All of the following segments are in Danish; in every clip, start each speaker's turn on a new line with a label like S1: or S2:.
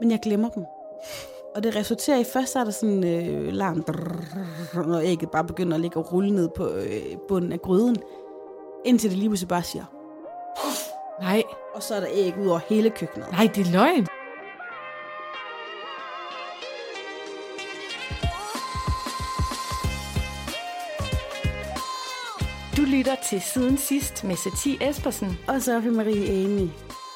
S1: men jeg glemmer dem. Og det resulterer i, først så er der sådan en øh, larm, drrrr, når ægget bare begynder at ligge og rulle ned på øh, bunden af gryden, indtil det lige pludselig bare siger.
S2: Nej,
S1: Og så er der æg ud over hele køkkenet.
S2: nej, det er løgn.
S3: Du lytter til Siden Sidst med Satie Espersen.
S1: Og så er vi Marie Amy.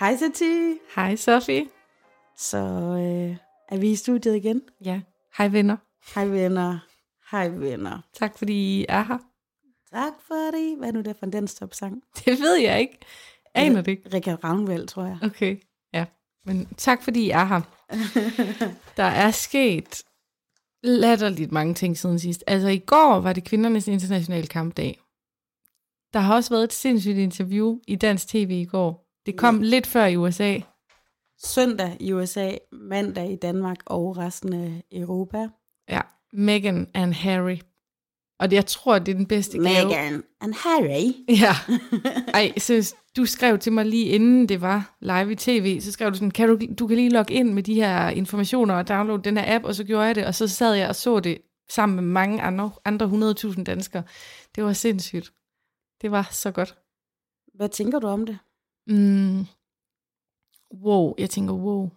S1: Hej Sati.
S2: Hej, Sofie.
S1: Så øh, er vi i studiet igen.
S2: Ja, hej venner.
S1: Hej venner. Hej venner.
S2: Tak fordi I er her.
S1: Tak for det. Hvad er nu det for en den sang?
S2: Det ved jeg ikke. Aner det ikke.
S1: Rikard Ravnvald, tror jeg.
S2: Okay, ja. Men tak fordi I er her. Der er sket latterligt mange ting siden sidst. Altså i går var det kvindernes internationale kampdag. Der har også været et sindssygt interview i dansk tv i går. Det kom lidt før i USA.
S1: Søndag i USA, mandag i Danmark og resten af Europa.
S2: Ja, Meghan and Harry. Og det, jeg tror, det er den bedste gave.
S1: Meghan and Harry.
S2: Ja. Ej, så du skrev til mig lige inden det var live i tv, så skrev du sådan, kan du, du kan lige logge ind med de her informationer og downloade den her app, og så gjorde jeg det, og så sad jeg og så det sammen med mange andre, andre 100.000 danskere. Det var sindssygt. Det var så godt.
S1: Hvad tænker du om det?
S2: Mm. Wow, jeg tænker wow.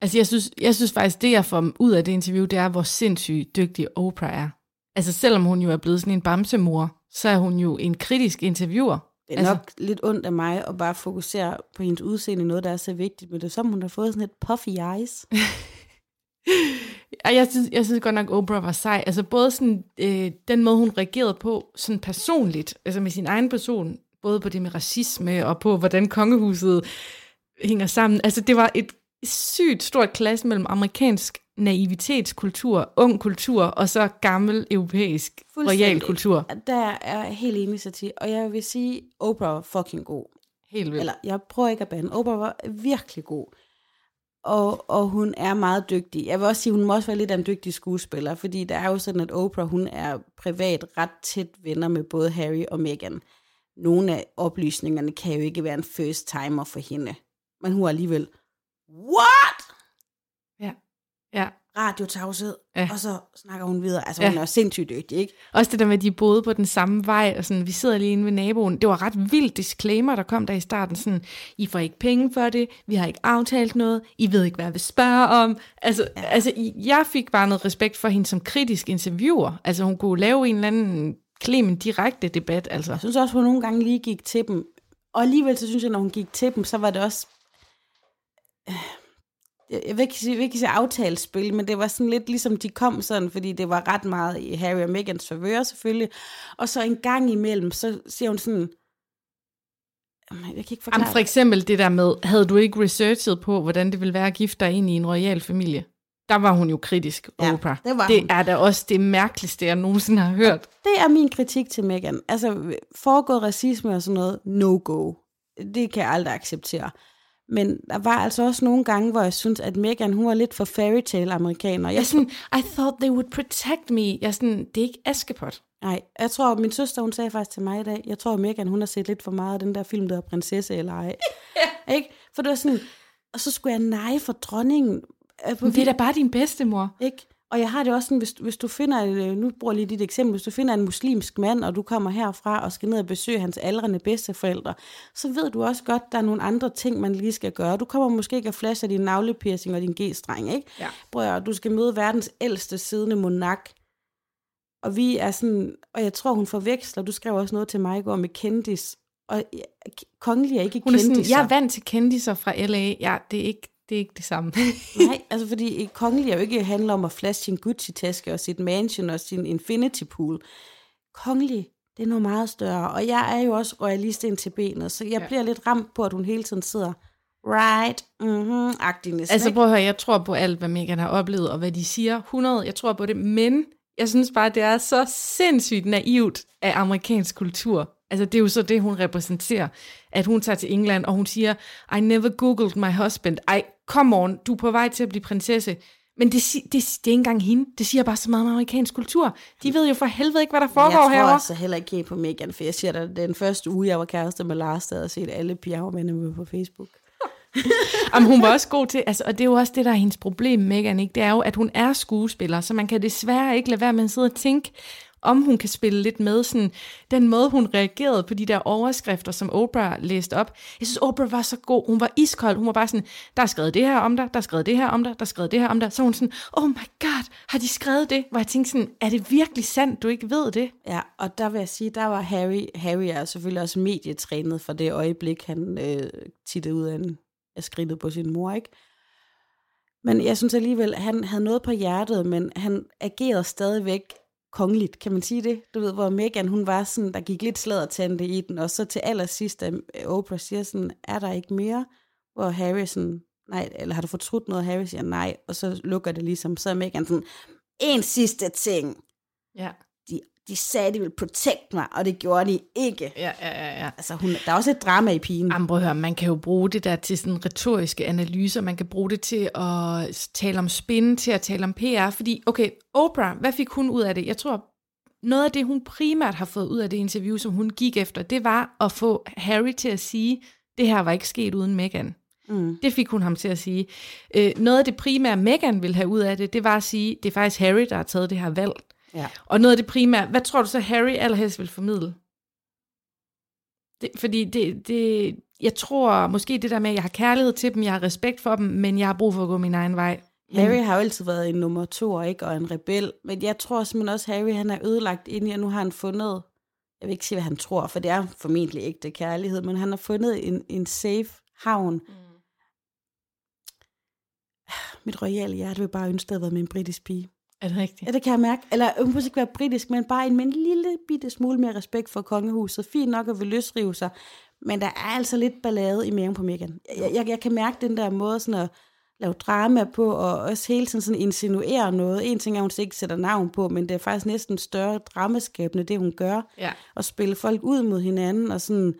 S2: Altså jeg synes, jeg synes faktisk, det jeg får ud af det interview, det er, hvor sindssygt dygtig Oprah er. Altså selvom hun jo er blevet sådan en bamsemor, så er hun jo en kritisk interviewer.
S1: Det er altså,
S2: Altså-
S1: nok lidt ondt af mig at bare fokusere på hendes udseende, noget der er så vigtigt, men det er som, hun har fået sådan et puffy eyes.
S2: Ej, jeg synes, jeg synes godt nok, Oprah var sej. Altså både sådan, øh, den måde, hun reagerede på, sådan personligt, altså med sin egen person, både på det med racisme og på, hvordan kongehuset hænger sammen. Altså det var et sygt stort klasse mellem amerikansk naivitetskultur, ung kultur, og så gammel europæisk
S1: Fuldstændig.
S2: royal kultur.
S1: Der er jeg helt enig, Sati, og jeg vil sige, Oprah var fucking god.
S2: Helt vildt.
S1: Eller, jeg prøver ikke at bande. Oprah var virkelig god. Og, og hun er meget dygtig. Jeg vil også sige, hun må også være lidt af en dygtig skuespiller, fordi der er jo sådan, at Oprah, hun er privat ret tæt venner med både Harry og Meghan. Nogle af oplysningerne kan jo ikke være en first timer for hende. Men hun er alligevel, what?
S2: Ja. ja.
S1: radiotavshed,
S2: Ja.
S1: ja. og så snakker hun videre. Altså,
S2: Ja.
S1: ja. hun er jo sindssygt dygtig, ikke?
S2: Også det der med, at de boede på den samme vej, og sådan, vi sidder lige inde ved naboen. Det var ret vildt disclaimer, der kom der i starten. Sådan, I får ikke penge for det, vi har ikke aftalt noget, I ved ikke, hvad jeg vil spørge om. Altså, ja. altså I- jeg fik bare noget respekt for hende som kritisk interviewer. Altså, hun kunne lave en eller anden klem direkte debat, altså.
S1: Jeg synes også, hun nogle gange lige gik til dem. Og alligevel, så synes jeg, når hun gik til dem, så var det også... øh, Jeg jeg vil ikke sige, jeg vil ikke sige aftalespil, men det var sådan lidt ligesom, de kom sådan, fordi det var ret meget i Harry og Megans favør selvfølgelig. Og så en gang imellem, så siger hun sådan... Jamen, Jeg kan ikke forklare
S2: Jamen, for eksempel det der med, havde du ikke researchet på, hvordan det ville være at gifte dig ind i en royal familie? Der var hun jo kritisk,
S1: Ja,
S2: Oprah.
S1: det var
S2: det
S1: hun.
S2: er da også det mærkeligste, jeg nogensinde har hørt.
S1: Det er min kritik til Megan. Altså, foregået racisme og sådan noget, no-go. Det kan jeg aldrig acceptere. Men der var altså også nogle gange, hvor jeg synes, at Megan, hun var lidt for fairytale amerikaner.
S2: Jeg
S1: Jeg,
S2: er sådan, I thought they would protect me. Jeg er sådan, det er ikke Askepot.
S1: nej, jeg tror, min søster, hun sagde faktisk til mig i dag, jeg tror, Megan, hun har set lidt for meget af den der film, der hedder Prinsesse eller ej. ja. Ikke? For det var sådan, og så skulle jeg nej for dronningen. Øh, på
S2: Men det er da bare din bedstemor.
S1: Ikke? Og jeg har det også sådan, hvis, hvis du finder, en, øh, nu bruger jeg lige dit eksempel, hvis du finder en muslimsk mand, og du kommer herfra og skal ned og besøge hans aldrende bedsteforældre, så ved du også godt, der er nogle andre ting, man lige skal gøre. Du kommer måske ikke at flashe din navlepiercing og din g-streng, ikke?
S2: Ja.
S1: Prøv at, høre, du skal møde verdens ældste siddende monark. Og vi er sådan, og jeg tror, hun forveksler, du skrev også noget til mig i går med kendis, og ja, k- kongelig er ikke
S2: Hun er sådan,
S1: kendis.
S2: jeg er vant til kendiser fra L.A. Ja, det er ikke det er ikke det samme.
S1: Nej, altså fordi et kongelige er jo ikke handler om at flashe sin Gucci-taske og sit mansion og sin infinity pool. Kongelig, det er noget meget større. Og jeg er jo også royalist ind til benet, så jeg
S2: Ja.
S1: ja. bliver lidt ramt på, at hun hele tiden sidder right, mhm, agtig næsten.
S2: altså
S1: ikke?
S2: prøv at høre, jeg tror på alt, hvad Megan har oplevet, og hvad de siger. 100, jeg tror på det. Men jeg synes bare, det er så sindssygt naivt af amerikansk kultur. Altså det er jo så det, hun repræsenterer. At hun tager til England, og hun siger, I never googled my husband. Ej, come on, du er på vej til at blive prinsesse. Men det, si- det, det er ikke engang hende. Det siger bare så meget om amerikansk kultur. De ved jo for helvede ikke, hvad der
S1: jeg
S2: foregår
S1: tror
S2: herovre.
S1: altså heller ikke helt på Megan, for jeg siger dig, den første uge, jeg var kæreste med Lars, der havde jeg set alle piger, hun var venner med på Facebook.
S2: Jamen, hun var også god til, altså, og det er jo også det, der er hendes problem, Megan, ikke? Det er jo, at hun er skuespiller, så man kan desværre ikke lade være med at sidde og tænke, om hun kan spille lidt med sådan, den måde, hun reagerede på de der overskrifter, som Oprah læste op. Jeg synes, Oprah var så god. Hun var iskold. Hun var bare sådan, der er skrevet det her om dig, der er skrevet det her om dig, der er skrevet det her om dig. Så var hun sådan, oh my god, har de skrevet det? Hvor jeg tænkte sådan, er det virkelig sandt, du ikke ved det?
S1: Ja, og der vil jeg sige, der var Harry, Harry er selvfølgelig også medietrænet for det øjeblik, han øh, tittede ud af, en, af skridtet på sin mor, ikke? Men jeg synes alligevel, han havde noget på hjertet, men han agerede stadigvæk kongeligt, kan man sige det? Du ved, hvor Megan, hun var sådan, der gik lidt sladdertante i den, og så til allersidst, da Oprah siger sådan, er der ikke mere? Hvor Harry sådan, nej, eller har du fortrudt noget? Harry siger nej, og så lukker det ligesom, så er Megan sådan, en sidste ting
S2: Ja,
S1: de, de sagde, de ville protect mig, og det gjorde de ikke.
S2: ja, ja, ja. ja.
S1: Altså, hun, der er også et drama i pigen.
S2: Jamen, prøv at høre, man kan jo bruge det der til sådan retoriske analyser, man kan bruge det til at s- tale om spin, til at tale om PR, fordi, okay, Oprah, hvad fik hun ud af det? Jeg tror, noget af det, hun primært har fået ud af det interview, som hun gik efter, det var at få Harry til at sige, det her var ikke sket uden Meghan.
S1: Mm.
S2: Det fik hun ham til at sige. Øh, noget af det primære, Meghan ville have ud af det, det var at sige, det er faktisk Harry, der har taget det her valg.
S1: Ja.
S2: Og noget af det primære, hvad tror du så, Harry allerhelst vil formidle? Det, fordi det, det, jeg tror måske det der med, at jeg har kærlighed til dem, jeg har respekt for dem, men jeg har brug for at gå min egen vej.
S1: Harry har jo altid været en nummer to, og ikke? Og en rebel. Men jeg tror simpelthen også, Harry han er ødelagt ind i, at nu har han fundet, jeg vil ikke sige, hvad han tror, for det er formentlig ægte kærlighed, men han har fundet en, en safe havn. Mm. Mit royale hjerte vil bare ønske, at jeg havde været med en britisk pige.
S2: Er det rigtigt?
S1: Ja, det kan jeg mærke. Eller hun behøver ikke være britisk, men bare en, med en lille bitte smule mere respekt for kongehuset. Fint nok at vil løsrive sig, men der er altså lidt ballade i maven på Megan. Jeg, jeg, jeg kan mærke den der måde sådan at lave drama på, og også hele tiden sådan insinuere noget. En ting er, at hun slet ikke sætter navn på, men det er faktisk næsten større dramaskabende, det hun gør.
S2: Ja.
S1: At spille folk ud mod hinanden, og sådan,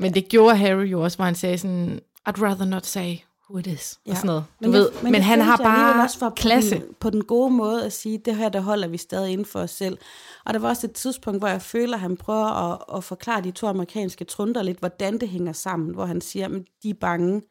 S2: Men det gjorde Harry jo også, hvor han sagde sådan, I'd rather not say who it is, ja. og sådan noget. Du men,
S1: jeg-
S2: ved, men, men
S1: jeg
S2: han har
S1: følte alligevel
S2: bare
S1: også var
S2: klasse.
S1: På den, på den gode måde at sige, det her, der holder vi stadig inden for os selv. Og der var også et tidspunkt, hvor jeg føler, at han prøver at, at forklare de to amerikanske trunder lidt, hvordan det hænger sammen, hvor han siger, at de er bange,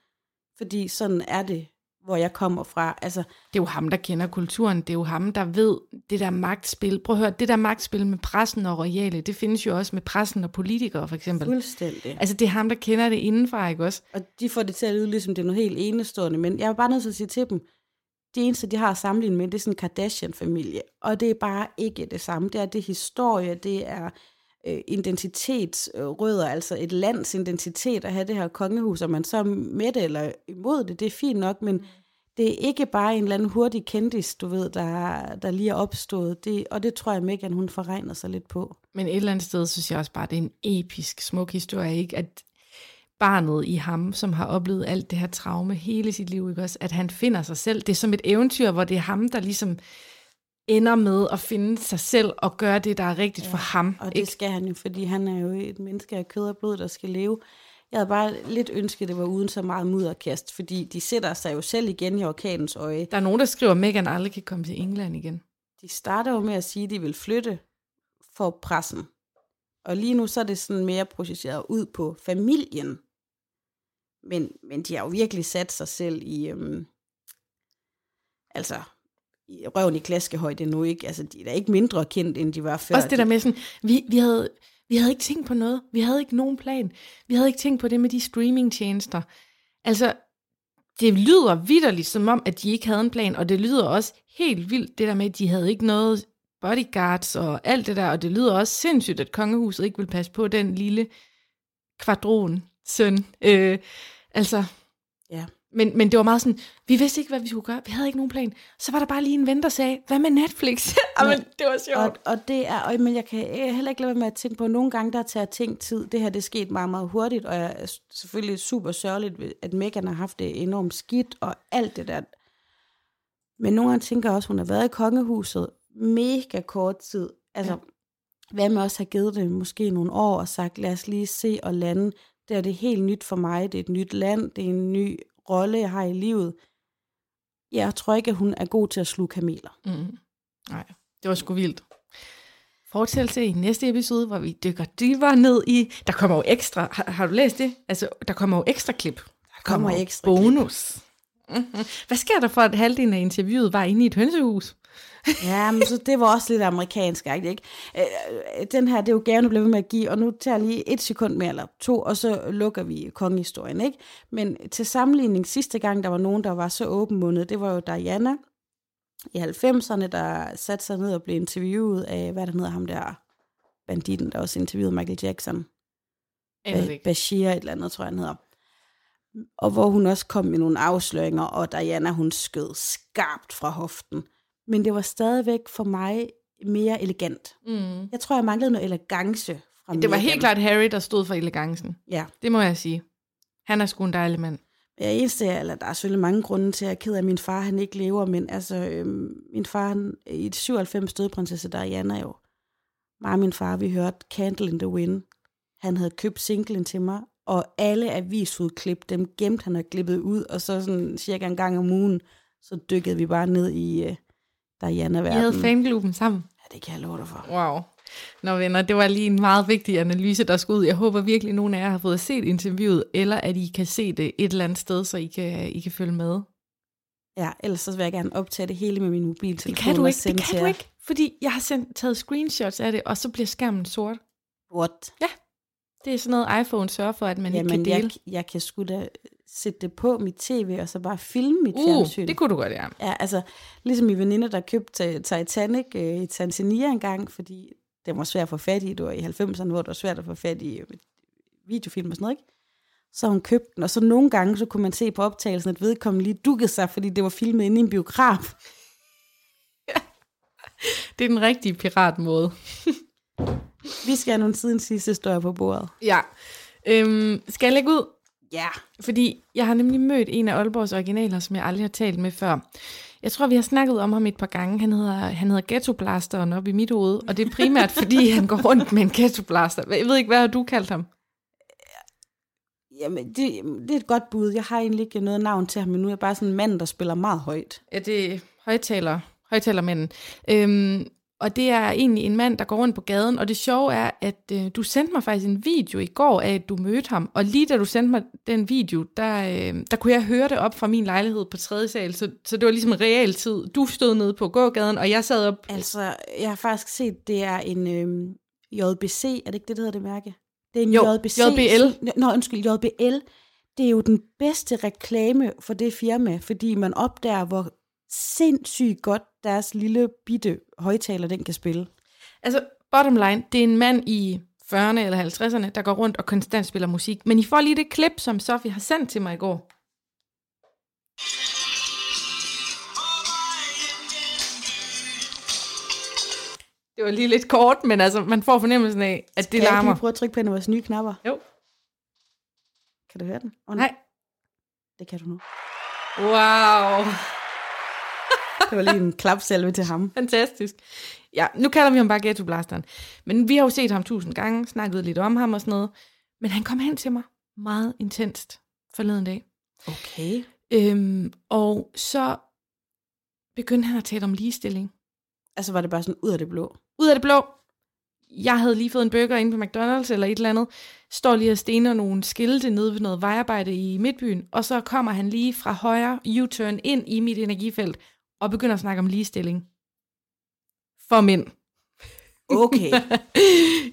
S1: fordi sådan er det, hvor jeg kommer fra. Altså,
S2: Det er jo ham, der kender kulturen. Det er jo ham, der ved det der magtspil. Prøv at høre, det der magtspil med pressen og royale, det findes jo også med pressen og politikere, for eksempel.
S1: fuldstændig.
S2: Altså, det er ham, der kender det indenfra, ikke også?
S1: Og de får det til at lyde, ligesom det er noget helt enestående, men jeg er bare nødt til at sige til dem, det eneste, de har at sammenligne med, det er sådan en Kardashian-familie, og det er bare ikke det samme. Det er det er historie, det er øh, identitetsrødder, altså et lands identitet at have det her kongehus, og man så er med det eller imod det, det er fint nok, men det er ikke bare en eller anden hurtig kendis, du ved, der, der lige er opstået. Det, og det tror jeg, Megan, hun forregner sig lidt på.
S2: Men et eller andet sted synes jeg også bare, det er en episk, smuk historie, ikke? At barnet i ham, som har oplevet alt det her traume hele sit liv, ikke også? At han finder sig selv. Det er som et eventyr, hvor det er ham, der ligesom ender med at finde sig selv og gøre det, der er rigtigt ja, for ham.
S1: Og det
S2: ikke?
S1: ikke. skal han jo, fordi han er jo et menneske af kød og blod, der skal leve. Jeg havde bare lidt ønsket, det var uden så meget mudderkast, fordi de sætter sig jo selv igen i orkanens øje.
S2: Der er nogen, der skriver, at Meghan aldrig kan komme til England igen.
S1: De starter jo med at sige, at de vil flytte for pressen. Og lige nu så er det sådan mere projiceret ud på familien. Men, men de har jo virkelig sat sig selv i, øhm, altså, i røven i klaskehøjde nu, ikke? Altså, de er da ikke mindre kendt, end de var før.
S2: Også det der med sådan, vi, vi, havde, vi havde ikke tænkt på noget. Vi havde ikke nogen plan. Vi havde ikke tænkt på det med de streamingtjenester. Altså, det lyder vidderligt som om, at de ikke havde en plan, og det lyder også helt vildt, det der med, at de havde ikke noget bodyguards og alt det der, og det lyder også sindssygt, at kongehuset ikke vil passe på den lille kvadron søn. Øh, altså,
S1: Ja.
S2: Men, men det var meget sådan, vi vidste ikke, hvad vi skulle gøre. Vi havde ikke nogen plan. Så var der bare lige en ven, der sagde, hvad med Netflix? Jamen, det var sjovt.
S1: Og, og det er, og, men jeg kan øh, heller ikke lade være med at tænke på, at nogle gange der tager ting tid. Det her, det er sket meget, meget hurtigt, og jeg er s- selvfølgelig super sørgeligt, ved- at Megan har haft det enormt skidt, og alt det der. Men nogle gange tænker jeg også, at hun har været i kongehuset mega kort tid. Altså,
S2: Ja.
S1: ja. hvad med også have givet det måske nogle år og sagt, lad os lige se og lande. Det er det er helt nyt for mig, det er et nyt land, det er en ny rolle, jeg har i livet. Jeg tror ikke, at hun er god til at sluge kameler.
S2: Mm. Nej, det var sgu vildt. Fortællelse i næste episode, hvor vi dykker dybere ned i... Der kommer jo ekstra... Har, har du læst det? Altså, der kommer jo ekstra klip. Der
S1: kommer ekstra klip.
S2: bonus. Mhm. Hvad sker der for, at halvdelen af interviewet var inde i et hønsehus?
S1: Ja, men så det var også lidt amerikansk, ikke? Øh, øh, Den her, det er jo gaven, du bliver ved med at give, og nu tager jeg lige et sekund mere, eller to, og så lukker vi kongehistorien, ikke? Men til sammenligning, sidste gang, der var nogen, der var så åbenmundet, det var jo Diana i 90'erne, der satte sig ned og blev interviewet af, hvad der hedder ham der, banditten, der også interviewede Michael Jackson.
S2: Jeg ved det
S1: Ba-
S2: ikke.
S1: Bashir, et eller andet, tror jeg, han hedder. Og hvor hun også kom med nogle afsløringer, og Diana, hun skød skarpt fra hoften. Men det var stadigvæk for mig mere elegant.
S2: Mm.
S1: Jeg tror, jeg manglede noget elegance fra
S2: Det var
S1: Meghan.
S2: helt klart Harry, der stod for elegancen.
S1: Ja.
S2: Det må jeg sige. Han er sgu en dejlig mand.
S1: Jeg er eneste, eller der er selvfølgelig mange grunde til, at jeg er ked af, at min far han ikke lever, men altså, øhm, min far han, i 97 døde prinsesse Diana jo. Mig og min far, vi hørte Candle in the Wind. Han havde købt singlen til mig, og alle avisudklip, dem gemte han og klippet ud, og så sådan cirka en gang om ugen, så dykkede vi bare ned i øh,
S2: Vi
S1: Diana-verdenen.
S2: havde fanklubben sammen.
S1: Ja, det kan jeg love dig for.
S2: Wow. Nå venner, det var lige en meget vigtig analyse, der skulle ud. Jeg håber virkelig, at nogen af jer har fået set interviewet, eller at I kan se det et eller andet sted, så I kan, I kan følge med.
S1: Ja, ellers så vil jeg gerne optage det hele med min mobiltelefon.
S2: Det kan du
S1: og
S2: ikke, det
S1: sende til
S2: kan du
S1: jer.
S2: ikke, fordi jeg har sendt, taget screenshots af det, og så bliver skærmen sort.
S1: What?
S2: Det er sådan noget, iPhone sørger for, at man Jamen, ikke
S1: Jamen,
S2: kan
S1: jeg,
S2: dele.
S1: jeg kan sgu da sætte det på mit tv, og så bare filme mit uh,
S2: Uh,
S1: fjernsyn.
S2: det kunne du godt, ja.
S1: Ja, altså, ligesom min veninde, der købte øh, Titanic øh, i Tanzania engang, fordi det var svært at få fat i, det var i 90'erne, hvor det var svært at få fat i øh, videofilm og sådan noget, ikke? Så hun købte den, og så nogle gange, så kunne man se på optagelsen, at vedkommende lige dukkede sig, fordi det var filmet inde i en biograf.
S2: Det er den rigtige piratmåde.
S1: Vi skal have nogle siden sidste historier på bordet.
S2: Ja. Øhm, skal jeg lægge ud?
S1: Ja.
S2: Fordi jeg har nemlig mødt en af Aalborgs originaler, som jeg aldrig har talt med før. Jeg tror, vi har snakket om ham et par gange. Han hedder, han hedder ghettoblasteren op i mit hoved, og det er primært, fordi han går rundt med en ghettoblaster. Jeg ved ikke, hvad har du kaldt ham?
S1: Jamen, det, det er et godt bud. Jeg har egentlig ikke noget navn til ham, men nu er jeg bare sådan en mand, der spiller meget højt.
S2: Ja, det er højtaler, højtalermanden. Øhm, og det er egentlig en mand, der går rundt på gaden, og det sjove er, at øh, du sendte mig faktisk en video i går af, at du mødte ham, og lige da du sendte mig den video, der, øh, der kunne jeg høre det op fra min lejlighed på tredje sal, så, så det var ligesom realtid. Du stod nede på gågaden, og jeg sad op
S1: Altså, jeg har faktisk set, det er en øhm, JBC, er det ikke det, det hedder det mærke? Det er en
S2: Jo,
S1: JBC.
S2: JBL.
S1: Nå, undskyld, JBL. Det er jo den bedste reklame for det firma, fordi man opdager, hvor sindssygt godt deres lille bitte højtaler, den kan spille.
S2: Altså, bottom line, det er en mand i 40'erne eller 50'erne, der går rundt og konstant spiller musik. Men I får lige det klip, som Sofie har sendt til mig i går. Det var lige lidt kort, men altså, man får fornemmelsen af, at det
S1: Kan jeg ikke
S2: larmer.
S1: lige prøve at trykke på en af vores nye knapper?
S2: Jo.
S1: Kan du høre den? Oh,
S2: Nej.
S1: Det kan du nu.
S2: Wow.
S1: Det var lige en klapsalve til ham.
S2: Fantastisk. Ja, nu kalder vi ham bare Ghetto Blasteren. Men vi har jo set ham tusind gange, snakket lidt om ham og sådan noget. Men han kom hen til mig meget intenst forleden dag.
S1: Okay.
S2: Øhm, og så begyndte han at tale om ligestilling.
S1: Altså var det bare sådan ud af det blå.
S2: Ud af det blå. Jeg havde lige fået en burger inde på McDonald's eller et eller andet. Står lige og stener nogle skilte nede ved noget vejarbejde i midtbyen. Og så kommer han lige fra højre U-turn ind i mit energifelt og begynder at snakke om ligestilling. For mænd.
S1: Okay.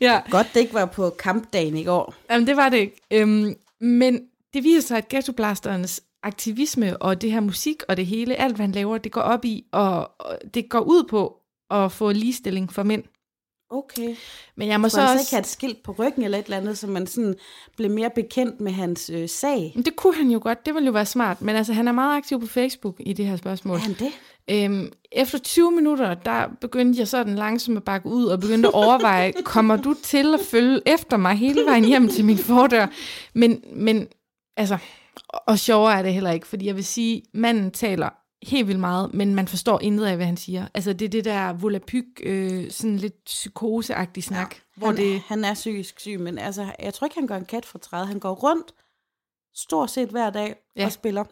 S2: ja,
S1: godt, det ikke var på kampdagen i går.
S2: Jamen, det var det ikke. Øhm, men det viser sig, at ghettoblasterens aktivisme og det her musik og det hele, alt hvad han laver, det går op i, og, og det går ud på at få ligestilling for mænd.
S1: Okay.
S2: Men jeg må
S1: Så
S2: så
S1: han så
S2: også...
S1: ikke have et skilt på ryggen eller et eller andet, så man sådan blev mere bekendt med hans øh, sag?
S2: Men det kunne han jo godt, det ville jo være smart. Men altså, han er meget aktiv på Facebook i det her spørgsmål.
S1: Er han det?
S2: Øhm, efter 20 minutter, der begyndte jeg sådan langsomt at bakke ud og begyndte at overveje, kommer du til at følge efter mig hele vejen hjem til min fordør? Men, men altså, og sjovere er det heller ikke, fordi jeg vil sige, manden taler helt vildt meget, men man forstår intet af, hvad han siger. Altså, det er det der volapyk, øh, sådan lidt psykoseagtig snak, ja, hvor
S1: han,
S2: det...
S1: han er psykisk syg, men altså, jeg tror ikke, han går en kat for træet. Han går rundt stort set hver dag
S2: Ja.
S1: ja. og spiller.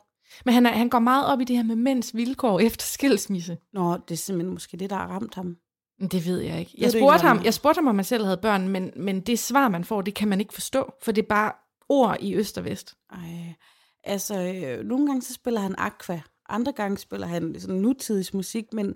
S2: Men han, er, han går meget op i det her med mænds vilkår efter skilsmisse.
S1: Nå, det er simpelthen måske det, der har ramt ham.
S2: Men Det ved jeg ikke.
S1: du
S2: Jeg
S1: ikke,
S2: spurgte,
S1: hvordan
S2: ham,
S1: det er?
S2: jeg spurgte ham, om han selv havde børn, men, men det svar, man får, det kan man ikke forstå, for det er bare ord i øst og vest.
S1: Ej. Altså, øh, nogle gange så spiller han aqua, andre gange spiller han sådan nutidig musik, men øh,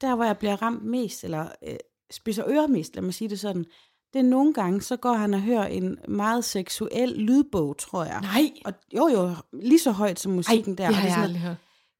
S1: der, hvor jeg bliver ramt mest, eller øh, spiser ører mest, lad mig sige det sådan, det er nogle gange, så går han og hører en meget seksuel lydbog, tror jeg.
S2: Nej,
S1: Og jo, jo, lige så højt som
S2: Ej,
S1: musikken der.
S2: det
S1: og
S2: har
S1: er
S2: jeg
S1: sådan, at
S2: aldrig hørt.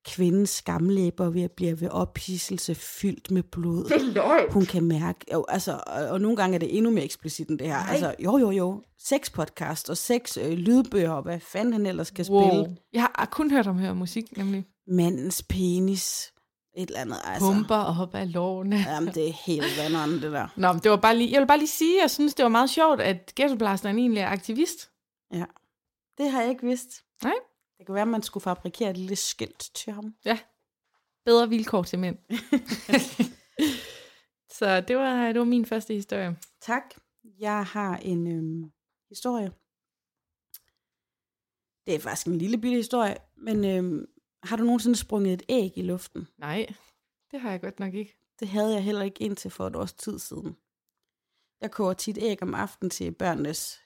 S1: kvindens skamlæber ved at blive ved ophidselse fyldt med blod. Hun kan mærke, jo, altså, og, og nogle gange er det endnu mere eksplicit end det her. Altså, jo, jo, jo. Seks podcast og seks øh, lydbøger, og hvad fanden han ellers kan wow.
S2: Wow.
S1: spille.
S2: Jeg har kun hørt om høre musik, nemlig
S1: Altså- Mandens penis, et eller andet. Altså,
S2: pumper og hopper af lårene.
S1: Jamen, det er helt vanderen, det der.
S2: Nå, men det var bare lige, jeg vil bare lige sige, at jeg synes, det var meget sjovt, at ghettoblasteren egentlig er aktivist.
S1: Det har jeg ikke vidst.
S2: Nej.
S1: Det kan være, at man skulle fabrikere et lille skilt til ham.
S2: Bedre vilkår til mænd. Så det var, det var min første historie.
S1: Tak. Jeg har en øhm, historie. Det er faktisk en lille bitte historie, men øhm, har du nogensinde sprunget et æg i luften?
S2: Nej, det har jeg godt nok ikke.
S1: Det havde jeg heller ikke indtil for et års tid siden. Jeg koger tit æg om aftenen til børnenes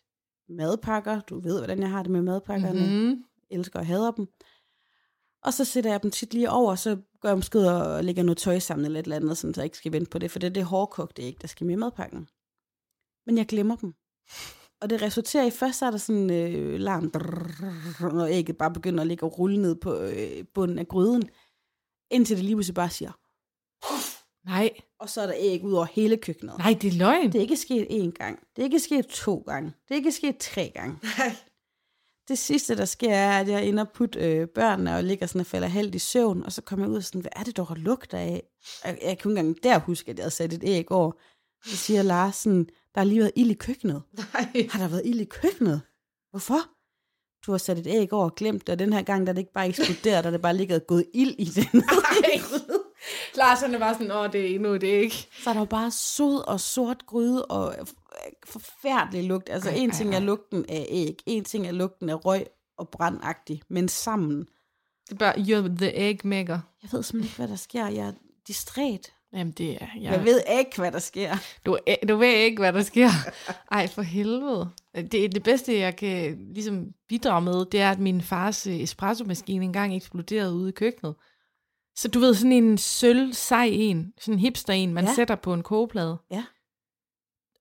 S1: madpakker. Du ved, hvordan jeg har det med madpakkerne. Mm-hmm.
S2: Mm-hmm.
S1: Elsker og hader dem. Og så sætter jeg dem tit lige over, så gør jeg måske ud og lægger noget tøj sammen eller et eller andet, sådan, så jeg ikke skal vente på det, for det er det hårdkogte æg, der skal med i madpakken. Men jeg glemmer dem. Og det resulterer i, først så er der sådan en øh, larm, drrrr, når ægget bare begynder at ligge og rulle ned på øh, bunden af gryden, indtil det lige pludselig bare siger,
S2: Nej,
S1: og så er der æg ud over hele køkkenet.
S2: nej, det er løgn.
S1: Det er ikke sket én gang. Det er ikke sket to gange. Det er ikke sket tre gange. Nej. Det sidste, der sker, er, at jeg er inde og putte øh, børnene og ligger sådan og falder halvt i søvn, og så kommer jeg ud og sådan, hvad er det dog, der lugter af? Jeg, jeg kunne ikke engang der huske, at jeg havde sat et æg over. Så siger Larsen, der har lige været ild i køkkenet.
S2: Nej.
S1: Har der været ild i køkkenet? Hvorfor? Du har sat et æg over og glemt det, og den her gang, der er det ikke bare eksploderet, der er det bare ligget og gået ild i den.
S2: Lars han er bare sådan, åh, det er endnu, det er ikke.
S1: Så er der jo bare sod og sort gryde og øh, f- forfærdelig lugt. Altså en ting er lugten af æg, en ting er lugten af røg og brandagtig, men sammen.
S2: Det er bare, you're the egg maker.
S1: Jeg ved simpelthen ikke, hvad der sker. Jeg er distræt.
S2: Jamen, det er, jeg,
S1: Jeg ved ikke, hvad der sker.
S2: Du, er- du ved ikke, hvad der sker. Ej, for helvede. Det, er det bedste, jeg kan ligesom bidrage med, det er, at min fars øh, espresso-maskine engang eksploderede ude i køkkenet. Så du ved, sådan en sølv, sej en, sådan en hipster en, man ja.
S1: Ja.
S2: sætter på en kogeplade.
S1: Ja.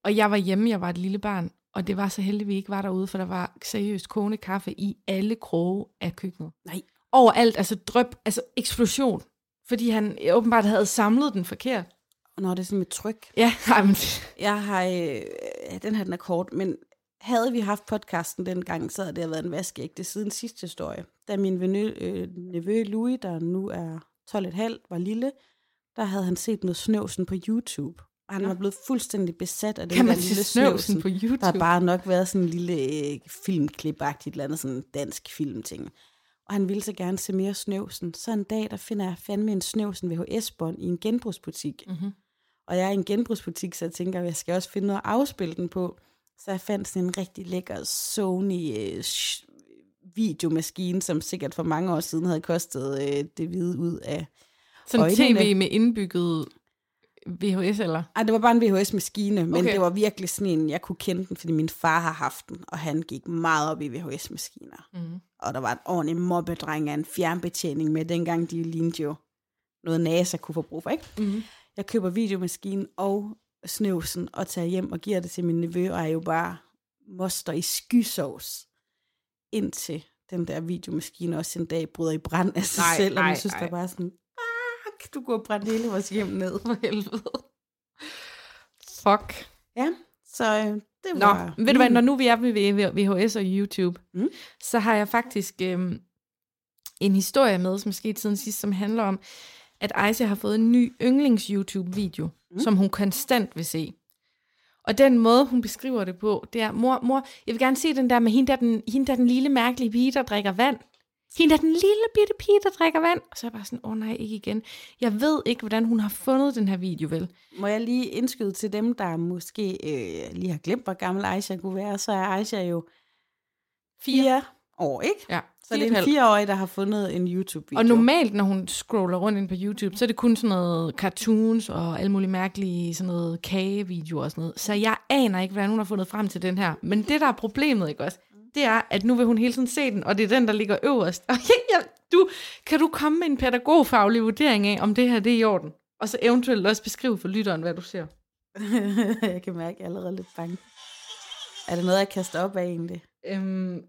S2: Og jeg var hjemme, jeg var et lille barn, og det var så heldigt, vi ikke var derude, for der var seriøst kogende kaffe i alle kroge af køkkenet.
S1: Nej.
S2: Overalt, altså drøb, altså eksplosion. Fordi han øh, åbenbart havde samlet den forkert.
S1: Nå, det er sådan et tryk.
S2: Ja, ej, men,
S1: Jeg har, øh, ja, den her den er kort, men havde vi haft podcasten dengang, så havde det været en vaskeægte siden sidste historie. Da min venø, øh, nevø Louis, der nu er 12,5, var lille, der havde han set noget snøvsen på YouTube. Og han var blevet fuldstændig besat af den
S2: kan
S1: der
S2: man
S1: lille
S2: se
S1: snøvsen.
S2: snøvsen på
S1: Der har
S2: YouTube?
S1: bare nok været sådan en lille øh, filmklipagtigt, et eller andet sådan dansk filmting. Og han ville så gerne se mere snøvsen. Så en dag, der finder jeg fandme en snøvsen VHS-bånd i en genbrugsbutik.
S2: Mhm.
S1: Og jeg er i en genbrugsbutik, så jeg tænker, at jeg skal også finde noget at afspille den på. Så jeg fandt sådan en rigtig lækker Sony øh, sh- videomaskine, som sikkert for mange år siden havde kostet øh, det hvide ud af.
S2: Sådan
S1: øjnene.
S2: tv med indbygget VHS, eller?
S1: Ej, det var bare en VHS-maskine, men
S2: Okay.
S1: okay. det var virkelig sådan en, jeg kunne kende den, fordi min far har haft den, og han gik meget op i VHS-maskiner.
S2: Mm.
S1: Og der var en ordentlig mobbedreng af en fjernbetjening med, dengang de lignede jo noget NASA kunne få brug for, ikke?
S2: Mm.
S1: jeg køber videomaskinen og snøvsen og tager hjem og giver det til min nevø, og er jo bare moster i skysovs, indtil den der videomaskine også en dag bryder i brand af sig
S2: Nej,
S1: nej, selv, og
S2: nej,
S1: man synes,
S2: nej.
S1: der bare sådan, "Ah, du kunne brænde hele vores hjem ned.
S2: For helvede. Fuck.
S1: Ja, så øh, det
S2: Nå,
S1: var...
S2: ved du hvad, når nu vi er ved VHS og YouTube,
S1: Mm.
S2: mm. så har jeg faktisk øhm, en historie med, som skete siden sidst, som handler om, at Aisha har fået en ny yndlings-YouTube-video, mm. som hun konstant vil se. Og den måde, hun beskriver det på, det er, mor, mor, jeg vil gerne se den der med hende der, den, hende der den lille mærkelige pige, der drikker vand. Hende der den lille bitte pige, der drikker vand. Og så er jeg bare sådan, åh oh, nej, ikke igen. Jeg ved ikke, hvordan hun har fundet den her video, vel?
S1: Må jeg lige indskyde til dem, der måske øh, lige har glemt, hvor gammel Aisha kunne være, så er Aisha jo fire år, ikke?
S2: Ja,
S1: Så det er en fireårig, der har fundet en YouTube-video.
S2: Og normalt, når hun scroller rundt ind på YouTube, så er det kun sådan noget cartoons og alle mulige mærkelige sådan noget kagevideoer og sådan noget. Så jeg aner ikke, hvordan hun har fundet frem til den her. Men det, der er problemet, ikke også? Det er, at nu vil hun hele tiden se den, og det er den, der ligger øverst. Og jeg, jeg, du, kan du komme med en pædagogfaglig vurdering af, om det her det er i orden? Og så eventuelt også beskrive for lytteren, hvad du ser.
S1: jeg kan mærke, at jeg er allerede lidt bange. Er det noget, jeg kaster op af egentlig?
S2: Øhm,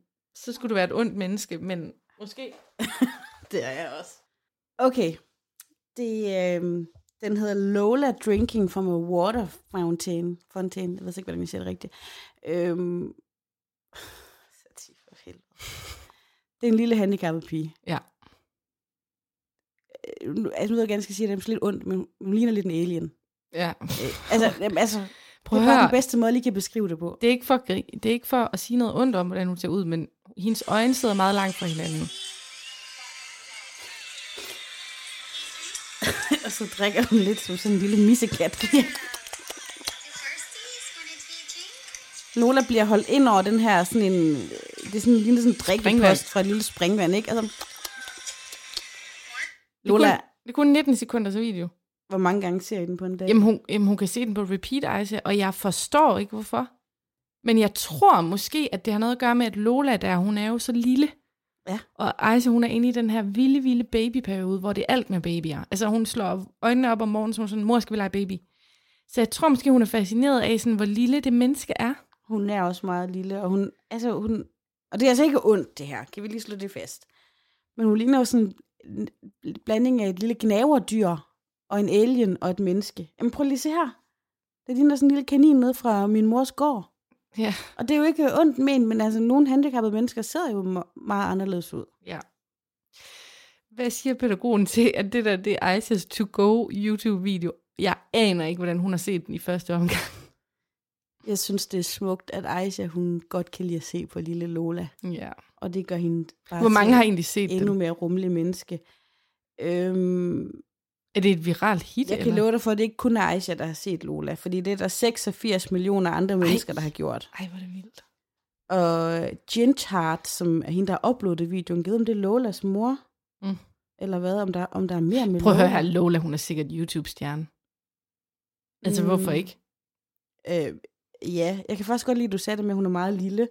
S2: så skulle du være et ondt menneske, men måske...
S1: Det er jeg også. Okay. Det, øh, den hedder Lola Drinking from a Water Fountain. Fountain. Jeg ved ikke, hvordan jeg siger det rigtigt. Øhm. Satir for helvede. Det er en lille handicappet pige.
S2: Ja.
S1: Øh, Nu, altså, nu ved jeg ganske sige, at det er måske lidt ondt, men hun ligner lidt en alien.
S2: Ja.
S1: Øh, altså, jamen, altså,
S2: Prøv
S1: det
S2: at
S1: er bare
S2: høre.
S1: den bedste måde, jeg lige kan beskrive det på.
S2: det er ikke for, at gri- det er ikke for at sige noget ondt om, hvordan hun ser ud, men hendes øjne sidder meget langt fra hinanden.
S1: Og så drikker hun lidt som sådan en lille missekat. Lola bliver holdt ind over den her sådan en, det er sådan en lille sådan
S2: Springvand.
S1: drikkepost fra et lille springvand, ikke? Altså, Lola,
S2: Det er kun, det er kun 19 sekunder til video.
S1: hvor mange gange ser I den på en dag?
S2: Jamen hun, jamen, hun kan se den på repeat, Aisha, og jeg forstår ikke, hvorfor. Men jeg tror måske, at det har noget at gøre med, at Lola der, hun er jo så lille.
S1: Ja.
S2: Og Aisha, hun er inde i den her vilde, vilde babyperiode, hvor det er alt med babyer. Altså hun slår øjnene op om morgenen, så hun er sådan, mor skal vi lege baby. Så jeg tror måske, hun er fascineret af, sådan, hvor lille det menneske er.
S1: Hun er også meget lille, og hun, altså hun, og det er altså ikke ondt, det her. Kan vi lige slå det fast? Men hun ligner jo sådan en blanding af et lille gnaverdyr og en alien og et menneske. Jamen prøv lige at se her. Det ligner sådan en lille kanin ned fra min mors gård.
S2: Ja.
S1: Og det er jo ikke ondt men, men altså nogle handicappede mennesker ser jo me- meget anderledes ud.
S2: Ja. Hvad siger pædagogen til, at det der, det er Isas to go YouTube-video? Jeg aner ikke, hvordan hun har set den i første omgang.
S1: Jeg synes, det er smukt, at Aisha, hun godt kan lide at se på lille Lola.
S2: Ja.
S1: Og det gør hende bare
S2: Hvor mange
S1: til
S2: har egentlig set
S1: endnu
S2: den?
S1: mere rummelig menneske. Øhm,
S2: Er det et viralt hit?
S1: Jeg kan
S2: eller?
S1: love dig for, at det ikke kun er Aisha, der har set Lola, fordi det er der 86 millioner andre mennesker, der har gjort.
S2: Ej, hvor er det vildt.
S1: Og Gentart, som er hende, der har uploadet videoen, givet om det er Lolas mor,
S2: Mm.
S1: eller hvad, om der, om der er mere med
S2: Prøv at
S1: Lola.
S2: høre her, Lola, hun er sikkert YouTube-stjerne. Altså,
S1: Mm.
S2: mm. hvorfor ikke?
S1: Øh, ja, jeg kan faktisk godt lide, at du sagde det med, at hun er meget lille.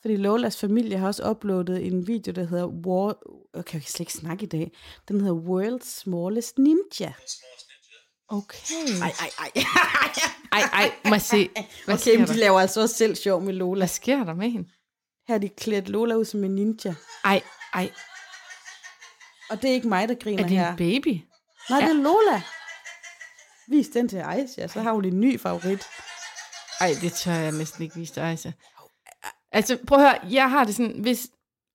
S1: Fordi Lolas familie har også uploadet en video, der hedder War... Jeg kan jo slet ikke snakke i dag. Den hedder World's Smallest Ninja.
S2: Okay.
S1: Ej,
S2: Ej,
S1: ej, ej.
S2: ej, ej må jeg se. Hvad,
S1: okay,
S2: okay,
S1: men de
S2: sker der?
S1: laver altså også selv sjov med Lola.
S2: Hvad sker der med hende?
S1: Her har de klædt Lola ud som en ninja.
S2: Ej, ej,
S1: Og det er ikke mig, der
S2: er
S1: griner
S2: det
S1: her.
S2: en baby?
S1: Nej, det er Lola. Vis den til Aisha, så har hun en ny favorit.
S2: Ej, det tør jeg næsten ikke vise dig, Aisha. Altså, prøv at høre, jeg har det sådan, hvis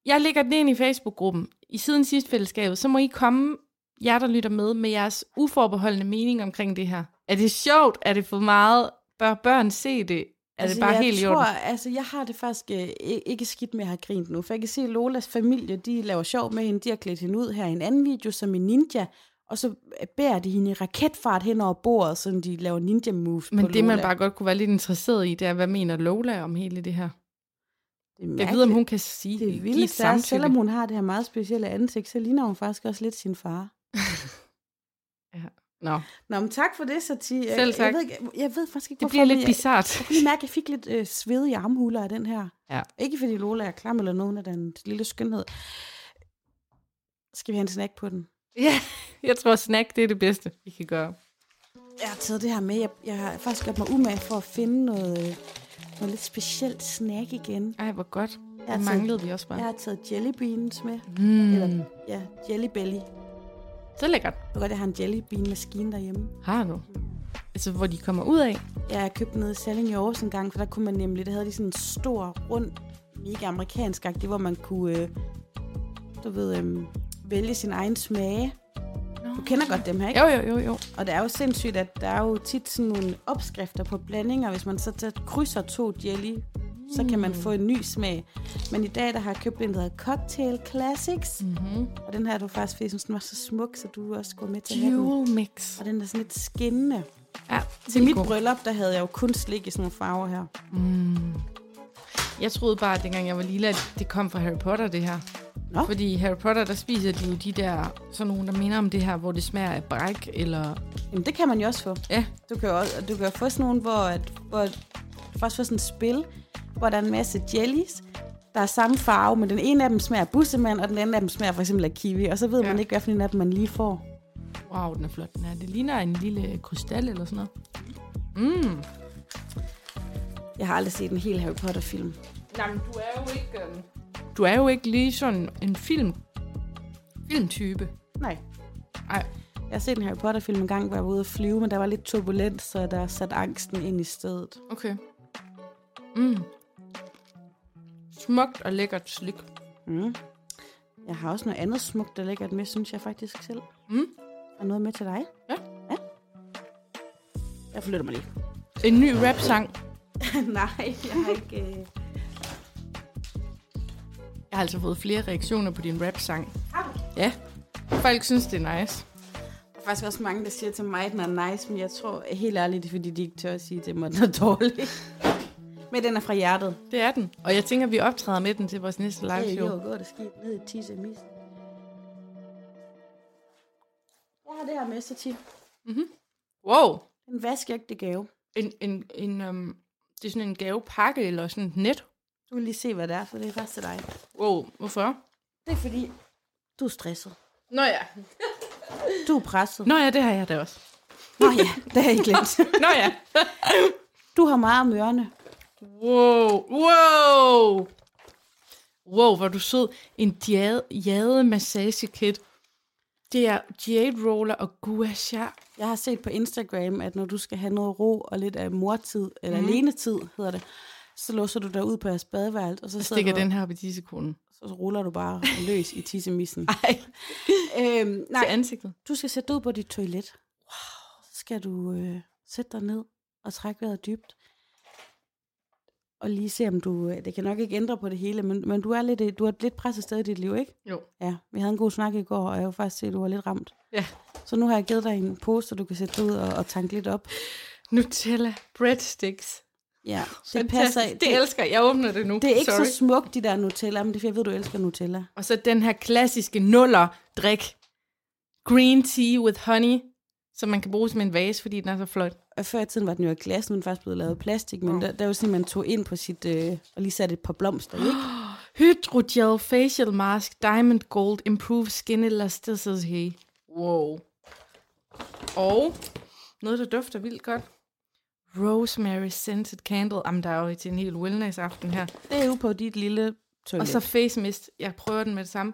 S2: jeg lægger den ind i Facebook-gruppen, i siden sidst fællesskabet, så må I komme, jer der lytter med, med jeres uforbeholdende mening omkring det her. Er det sjovt? Er det for meget? Bør børn se det? Er altså, det bare
S1: jeg
S2: helt i
S1: tror,
S2: orden?
S1: altså, jeg har det faktisk øh, i- ikke skidt med at have grint nu, for jeg kan se, at Lolas familie, de laver sjov med hende, de har klædt hende ud her i en anden video som en ninja, og så øh, bærer de hende i raketfart hen over bordet, så de laver ninja moves på
S2: Men det,
S1: Lola.
S2: man bare godt kunne være lidt interesseret i, det er, hvad mener Lola om hele det her?
S1: det er
S2: Jeg ved, om
S1: mærkeligt.
S2: hun kan sige
S1: Det
S2: give et
S1: vildeste er,
S2: samtykke.
S1: selvom hun har det her meget specielle ansigt, så ligner hun faktisk også lidt sin far.
S2: Nå,
S1: Nå, men tak for det, Sati. Jeg-
S2: Selv
S1: Jeg
S2: tak.
S1: ved, ikke, jeg ved faktisk ikke,
S2: det
S1: hvorfor,
S2: bliver lidt
S1: men jeg-
S2: bizart.
S1: Jeg kunne lige mærke, at jeg fik lidt øh, svedige armhuler af den her.
S2: Ja.
S1: Ikke fordi Lola er klam eller nogen af den lille skønhed. Skal vi have en snack på den?
S2: Ja, jeg tror, snack, det er det bedste, vi kan gøre.
S1: Jeg har taget det her med. Jeg, jeg har faktisk gjort mig umage for at finde noget, øh, noget lidt specielt snack igen.
S2: Ej, hvor godt.
S1: har
S2: Det
S1: tid.
S2: manglede vi også bare.
S1: Jeg har taget jelly beans med.
S2: Mm.
S1: Eller, ja, jelly belly.
S2: Så lækkert.
S1: Det er godt, jeg har en jelly bean maskine derhjemme.
S2: Har du? Altså, hvor de kommer ud af?
S1: jeg købte noget i Salling i Aarhus en gang, for der kunne man nemlig, der havde de sådan en stor, rund, mega amerikansk agtig, hvor man kunne, øh, du ved, øh, vælge sin egen smage. Du kender godt dem her, ikke?
S2: Jo, jo, jo, jo.
S1: Og det er jo sindssygt, at der er jo tit sådan nogle opskrifter på blandinger. Hvis man så tager, krydser to jelly, så kan
S2: Mm.
S1: man få en ny smag. Men i dag, der har jeg købt en, der hedder Cocktail Classics.
S2: Mm-hmm.
S1: Og den her er du faktisk, fordi jeg synes, den var så smuk, så du også går med til at have den.
S2: Dual mix.
S1: Og den er sådan lidt skinnende.
S2: Ja,
S1: Til mit
S2: god.
S1: bryllup, der havde jeg jo kun slik i sådan nogle farver her.
S2: Jeg troede bare, at dengang jeg var lille, at det kom fra Harry Potter, det her.
S1: Nå.
S2: Fordi i Harry Potter, der spiser de jo de der, sådan nogle, der minder om det her, hvor det smager af bræk, eller...
S1: Jamen, det kan man jo også få.
S2: Ja,
S1: Du kan jo, også, du kan jo få sådan nogle, hvor, at, hvor du faktisk får sådan et spil, hvor der er en masse jellies, der er samme farve, men den ene af dem smager af bussemand, og den anden af dem smager for eksempel af kiwi, og så ved
S2: Ja.
S1: ja. man ikke, hvilken en af dem man lige får.
S2: wow, den er flot, den her. Det ligner en lille krystal eller sådan noget. Mm.
S1: Jeg har aldrig set en hel Harry Potter-film.
S2: Jamen, du er jo ikke... Øh... Du er jo ikke lige sådan en film... filmtype.
S1: Nej.
S2: Ej.
S1: Jeg har set en Harry Potter-film en gang, hvor jeg var ude at flyve, men der var lidt turbulent, så der satte angsten ind i stedet.
S2: Okay. Mm. Smukt og lækkert slik.
S1: Mm. Jeg har også noget andet smukt, der lækkert med, synes jeg faktisk selv.
S2: Mm.
S1: Og noget med til dig.
S2: Ja.
S1: ja. Jeg flytter mig lige.
S2: En ny rap-sang.
S1: Nej, jeg har ikke... Øh...
S2: Jeg har altså fået flere reaktioner på din rap-sang.
S1: Har du?
S2: Ja. Folk synes, det er nice.
S1: Der er faktisk også mange, der siger til mig, at den er nice, men jeg tror helt ærligt, det er fordi, de ikke tør at sige til mig, at den er dårlig. men den er fra hjertet.
S2: Det er den. Og jeg tænker, at vi optræder med den til vores næste live show.
S1: jo godt at skide ned i tisse mis. Jeg har det her med, Sati.
S2: Wow.
S1: En vaskægte gave.
S2: En, en, en, um, det er sådan en gavepakke eller sådan et net.
S1: Du kan lige se, hvad det er, for det er faktisk til dig.
S2: Wow, hvorfor?
S1: Det er fordi, du er stresset.
S2: Nå ja.
S1: Du er presset.
S2: Nå ja, det har jeg da også.
S1: Nå ja, det har jeg glemt.
S2: Nå ja.
S1: Du har meget om ørerne.
S2: Wow, wow. Wow, hvor er du sød. En jade, jade massagekit. Det er jade roller og gua sha.
S1: Jeg har set på Instagram, at når du skal have noget ro og lidt af mortid, eller mm. alenetid hedder det, så låser du dig ud på jeres badeværelse, og så,
S2: Stikker
S1: sidder du,
S2: den her op i tissekonen.
S1: så ruller du bare løs i tissemissen.
S2: Ej,
S1: øhm,
S2: til
S1: nej,
S2: ansigtet.
S1: du skal sætte dig ud på dit toilet. Wow. Så skal du øh, sætte dig ned og trække vejret dybt. Og lige se, om du... øh, Det kan nok ikke ændre på det hele, men, men du er lidt, øh, du er et lidt presset sted i dit liv, ikke?
S2: Jo.
S1: Ja, vi havde en god snak i går, og jeg var faktisk se, at du var lidt ramt.
S2: Ja.
S1: Så nu har jeg givet dig en pose, så du kan sætte dig ud og, og tanke lidt op.
S2: Nutella breadsticks.
S1: Ja, det
S2: Fantastisk.
S1: passer.
S2: Det, det elsker jeg. Jeg åbner det nu.
S1: det er ikke
S2: Sorry.
S1: Sorry. så smukt, de der Nutella, men det er, fordi jeg ved, du elsker Nutella.
S2: Og så den her klassiske nuller-drik. Green tea with honey, som man kan bruge som en vase, fordi den er så flot.
S1: Og før i tiden var den jo af glas, nu er den faktisk blevet lavet af plastik, men
S2: Nå.
S1: der, der var sådan, at man tog ind på sit, øh, og lige satte et par blomster, ikke?
S2: Hydrogel facial mask, diamond gold, improve skin elasticity. Wow. Og noget, der dufter vildt godt. Rosemary scented candle. Jamen, der er jo til en hel wellness-aften her.
S1: Det er jo på dit lille toilet.
S2: Og så face mist. Jeg prøver den med det samme.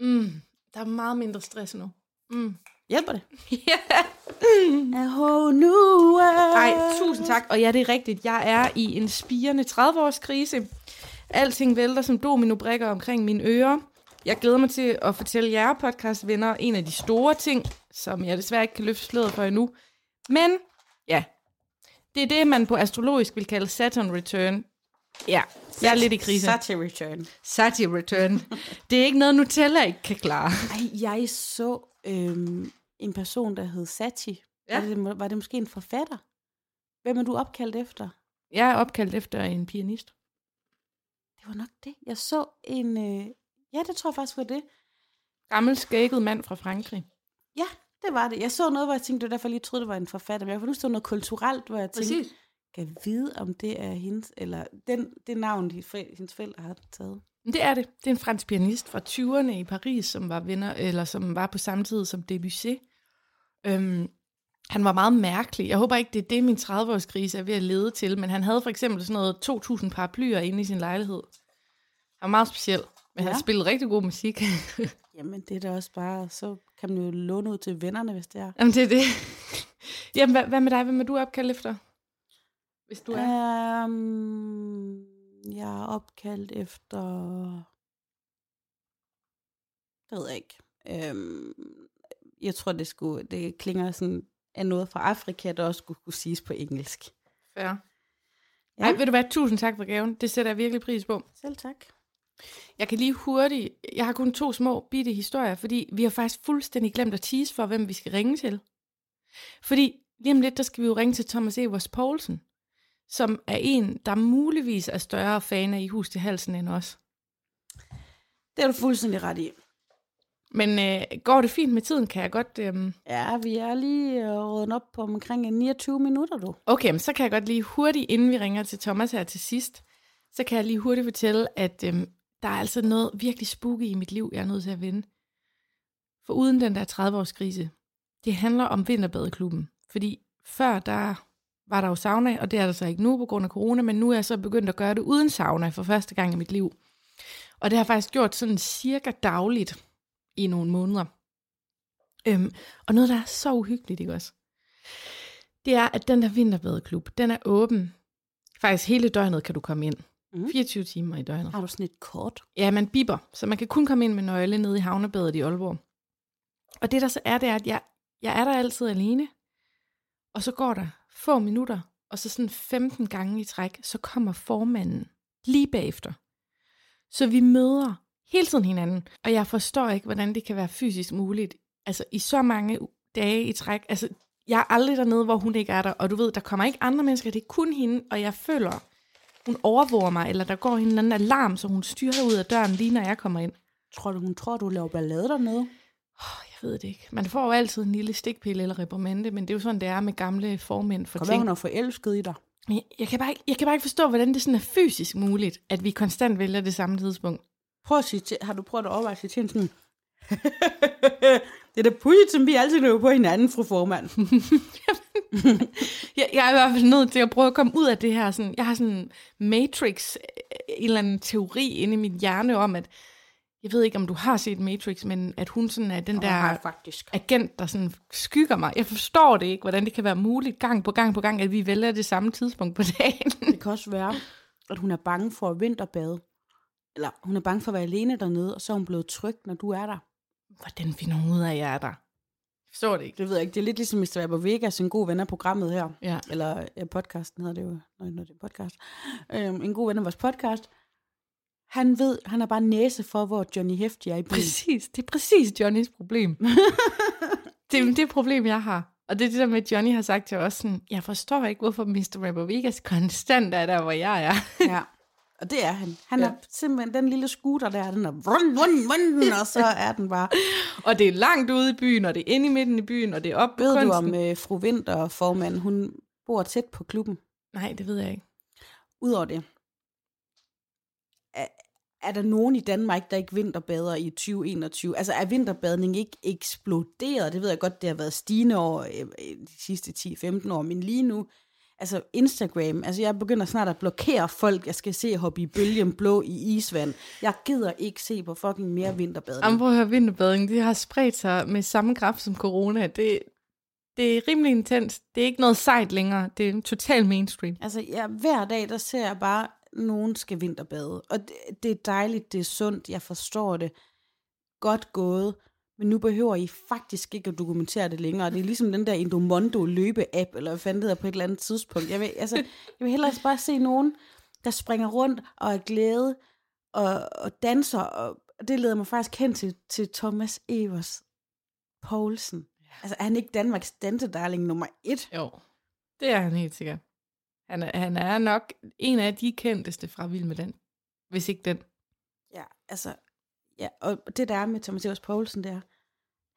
S2: Mm, der er meget mindre stress nu. Mm.
S1: hjælper det.
S2: Yeah.
S1: A whole new world.
S2: Ej, tusind tak. Og ja, det er rigtigt. Jeg er i en spirende 30-års krise. Alting vælter som dominobrikker omkring mine ører. Jeg glæder mig til at fortælle jer podcastvenner en af de store ting, som jeg desværre ikke kan løfte sløret for endnu. Men ja, det er det, man på astrologisk vil kalde Saturn Return. Ja, jeg er lidt i krise.
S1: Such a return.
S2: Saturn Return. Det er ikke noget, Nutella ikke kan klare.
S1: Ej, jeg så øhm, en person, der hed Sachi.
S2: Ja.
S1: Ja. Var, det, var det måske en forfatter? Hvem er du opkaldt efter?
S2: Jeg er opkaldt efter en pianist.
S1: Det var nok det. Jeg så en... Øh, ja, det tror jeg faktisk var det.
S2: Gammel skægget mand fra Frankrig.
S1: Ja, det var det. Jeg så noget, hvor jeg tænkte, det var derfor, jeg lige troede, det var en forfatter. Men jeg kunne huske, det var noget kulturelt, hvor jeg tænkte, Præcis. kan jeg vide, om det er hendes, eller den, det navn, de forældre, hendes forældre har taget.
S2: Men Det er det. Det er en fransk pianist fra 20'erne i Paris, som var venner, eller som var på samme tid som Debussy. Øhm, han var meget mærkelig. Jeg håber ikke, det er det, min 30-årskrise er ved at lede til, men han havde for eksempel sådan noget 2.000 paraplyer inde i sin lejlighed. Han var meget speciel. Men ja.
S1: Ja.
S2: han spillede rigtig god musik.
S1: Jamen, det er da også bare, så kan man jo låne ud til vennerne, hvis det er.
S2: Jamen, det er det. Jamen, hvad, hvad med dig? Hvem er du opkaldt efter? Hvis du er.
S1: Um, jeg er opkaldt efter... Det ved jeg ikke. Um, jeg tror, det, skulle, det klinger sådan af noget fra Afrika, der også skulle kunne siges på engelsk.
S2: Fair.
S1: Ja.
S2: Ja. Ej, ved du hvad? Tusind tak for gaven. Det sætter jeg virkelig pris på.
S1: Selv tak.
S2: Jeg kan lige hurtigt... Jeg har kun to små bitte historier, fordi vi har faktisk fuldstændig glemt at tease for, hvem vi skal ringe til. Fordi lige om lidt, der skal vi jo ringe til Thomas Evers Poulsen, som er en, der muligvis er større fan af I Hus til Halsen end os.
S1: Det er du fuldstændig ret i.
S2: Men øh, går det fint med tiden, kan jeg godt... Øh,
S1: Ja, vi er lige øh, rådet op på omkring 29 minutter, du.
S2: Okay, men så kan jeg godt lige hurtigt, inden vi ringer til Thomas her til sidst, så kan jeg lige hurtigt fortælle, at øhm, der er altså noget virkelig spooky i mit liv, jeg er nødt til at vende. For uden den der 30-årskrise, det handler om vinterbadeklubben. Fordi før der var der jo sauna, og det er der så ikke nu på grund af corona, men nu er jeg så begyndt at gøre det uden sauna for første gang i mit liv. Og det har jeg faktisk gjort sådan cirka dagligt i nogle måneder. Øhm, og noget, der er så uhyggeligt, ikke også? det er, at den der vinterbadeklub, den er åben. Faktisk hele døgnet kan du komme ind.
S1: Mhm.
S2: 24 timer i døgnet.
S1: Har du sådan et kort?
S2: Ja, man biber, så man kan kun komme ind med nøgle nede i havnebadet i Aalborg. Og det der så er, det er, at jeg, jeg er der altid alene, og så går der få minutter, og så sådan 15 gange i træk, så kommer formanden lige bagefter. Så vi møder hele tiden hinanden, og jeg forstår ikke, hvordan det kan være fysisk muligt. Altså i så mange u- dage i træk, altså jeg er aldrig dernede, hvor hun ikke er der, og du ved, der kommer ikke andre mennesker, det er kun hende, og jeg føler, hun overvåger mig, eller der går en eller anden alarm, så hun styrer ud af døren, lige når jeg kommer ind.
S1: Tror du, hun tror, du laver ballade dernede?
S2: Åh, Jeg ved det ikke. Man får jo altid en lille stikpille eller reprimande, men det er jo sådan, det er med gamle formænd for
S1: Kom,
S2: ting.
S1: hun er forelsket i dig.
S2: Men Jeg, jeg, kan bare ikke, jeg kan bare ikke forstå, hvordan det sådan er fysisk muligt, at vi konstant vælger det samme tidspunkt.
S1: Prøv at sige til, har du prøvet at overveje at sige til hende sådan, det er da pudsigt, som vi altid løber på hinanden, fru formand.
S2: Jeg, jeg er i hvert fald nødt til at prøve at komme ud af det her. Sådan, jeg har sådan en matrix, øh, en eller anden teori inde i min hjerne om, at jeg ved ikke, om du har set Matrix, men at hun sådan er den der...
S1: faktisk.
S2: agent, der sådan skygger mig. Jeg forstår det ikke, hvordan det kan være muligt gang på gang på gang, at vi vælger det samme tidspunkt på dagen.
S1: Det kan også være, at hun er bange for at vinterbade. Eller hun er bange for at være alene dernede, og så er hun blevet tryg, når du er der.
S2: Hvordan finder hun ud af, at jeg er der? Jeg forstår det ikke.
S1: Det ved jeg ikke. Det er lidt ligesom Mr. Weber Vegas, en god ven af programmet her.
S2: Ja.
S1: Eller ja, podcasten hedder det jo, når, når det er podcast. Øhm, en god ven af vores podcast. Han ved, han har bare næse for, hvor Johnny Hefti er i byen.
S2: Præcis. Det er præcis Johnnys problem. det er det er et problem, jeg har. Og det er det der med, at Johnny har sagt til os sådan, jeg forstår ikke, hvorfor Mr. Rapper Vegas konstant er der, hvor jeg er.
S1: Ja, og det er han. Han ja. er simpelthen den lille scooter der, den er vrun, vrun, vrun, og så er den bare.
S2: og det er langt ude i byen, og det er inde i midten i byen, og det er op på
S1: Ved
S2: kunsten.
S1: du om øh, fru Vinter, formand, hun bor tæt på klubben?
S2: Nej, det ved jeg ikke.
S1: Udover det, er, er der nogen i Danmark, der ikke vinterbader i 2021? Altså er vinterbadning ikke eksploderet? Det ved jeg godt, det har været stigende over øh, øh, de sidste 10-15 år, men lige nu, altså Instagram, altså jeg begynder snart at blokere folk, jeg skal se hoppe i bølgen blå i isvand. Jeg gider ikke se på fucking mere vinterbadning.
S2: Jamen, prøv at høre, vinterbadning, det har spredt sig med samme kraft som corona. Det, det er rimelig intens. Det er ikke noget sejt længere. Det er total mainstream.
S1: Altså, ja, hver dag, der ser jeg bare, nogen skal vinterbade. Og det, det er dejligt, det er sundt, jeg forstår det. Godt gået. Men nu behøver I faktisk ikke at dokumentere det længere. Det er ligesom den der Indomondo løbe-app, eller hvad fanden det hedder på et eller andet tidspunkt. Jeg vil, altså, jeg vil hellere bare se nogen, der springer rundt og er glæde og, og danser. Og og det leder mig faktisk hen til, til Thomas Evers Poulsen. Altså, er han ikke Danmarks dansedarling nummer et?
S2: Jo, det er han helt sikkert. Han er, han er nok en af de kendteste fra Vild med den. Hvis ikke den.
S1: Ja, altså, ja, og det der er med Thomas Evers Poulsen, det er,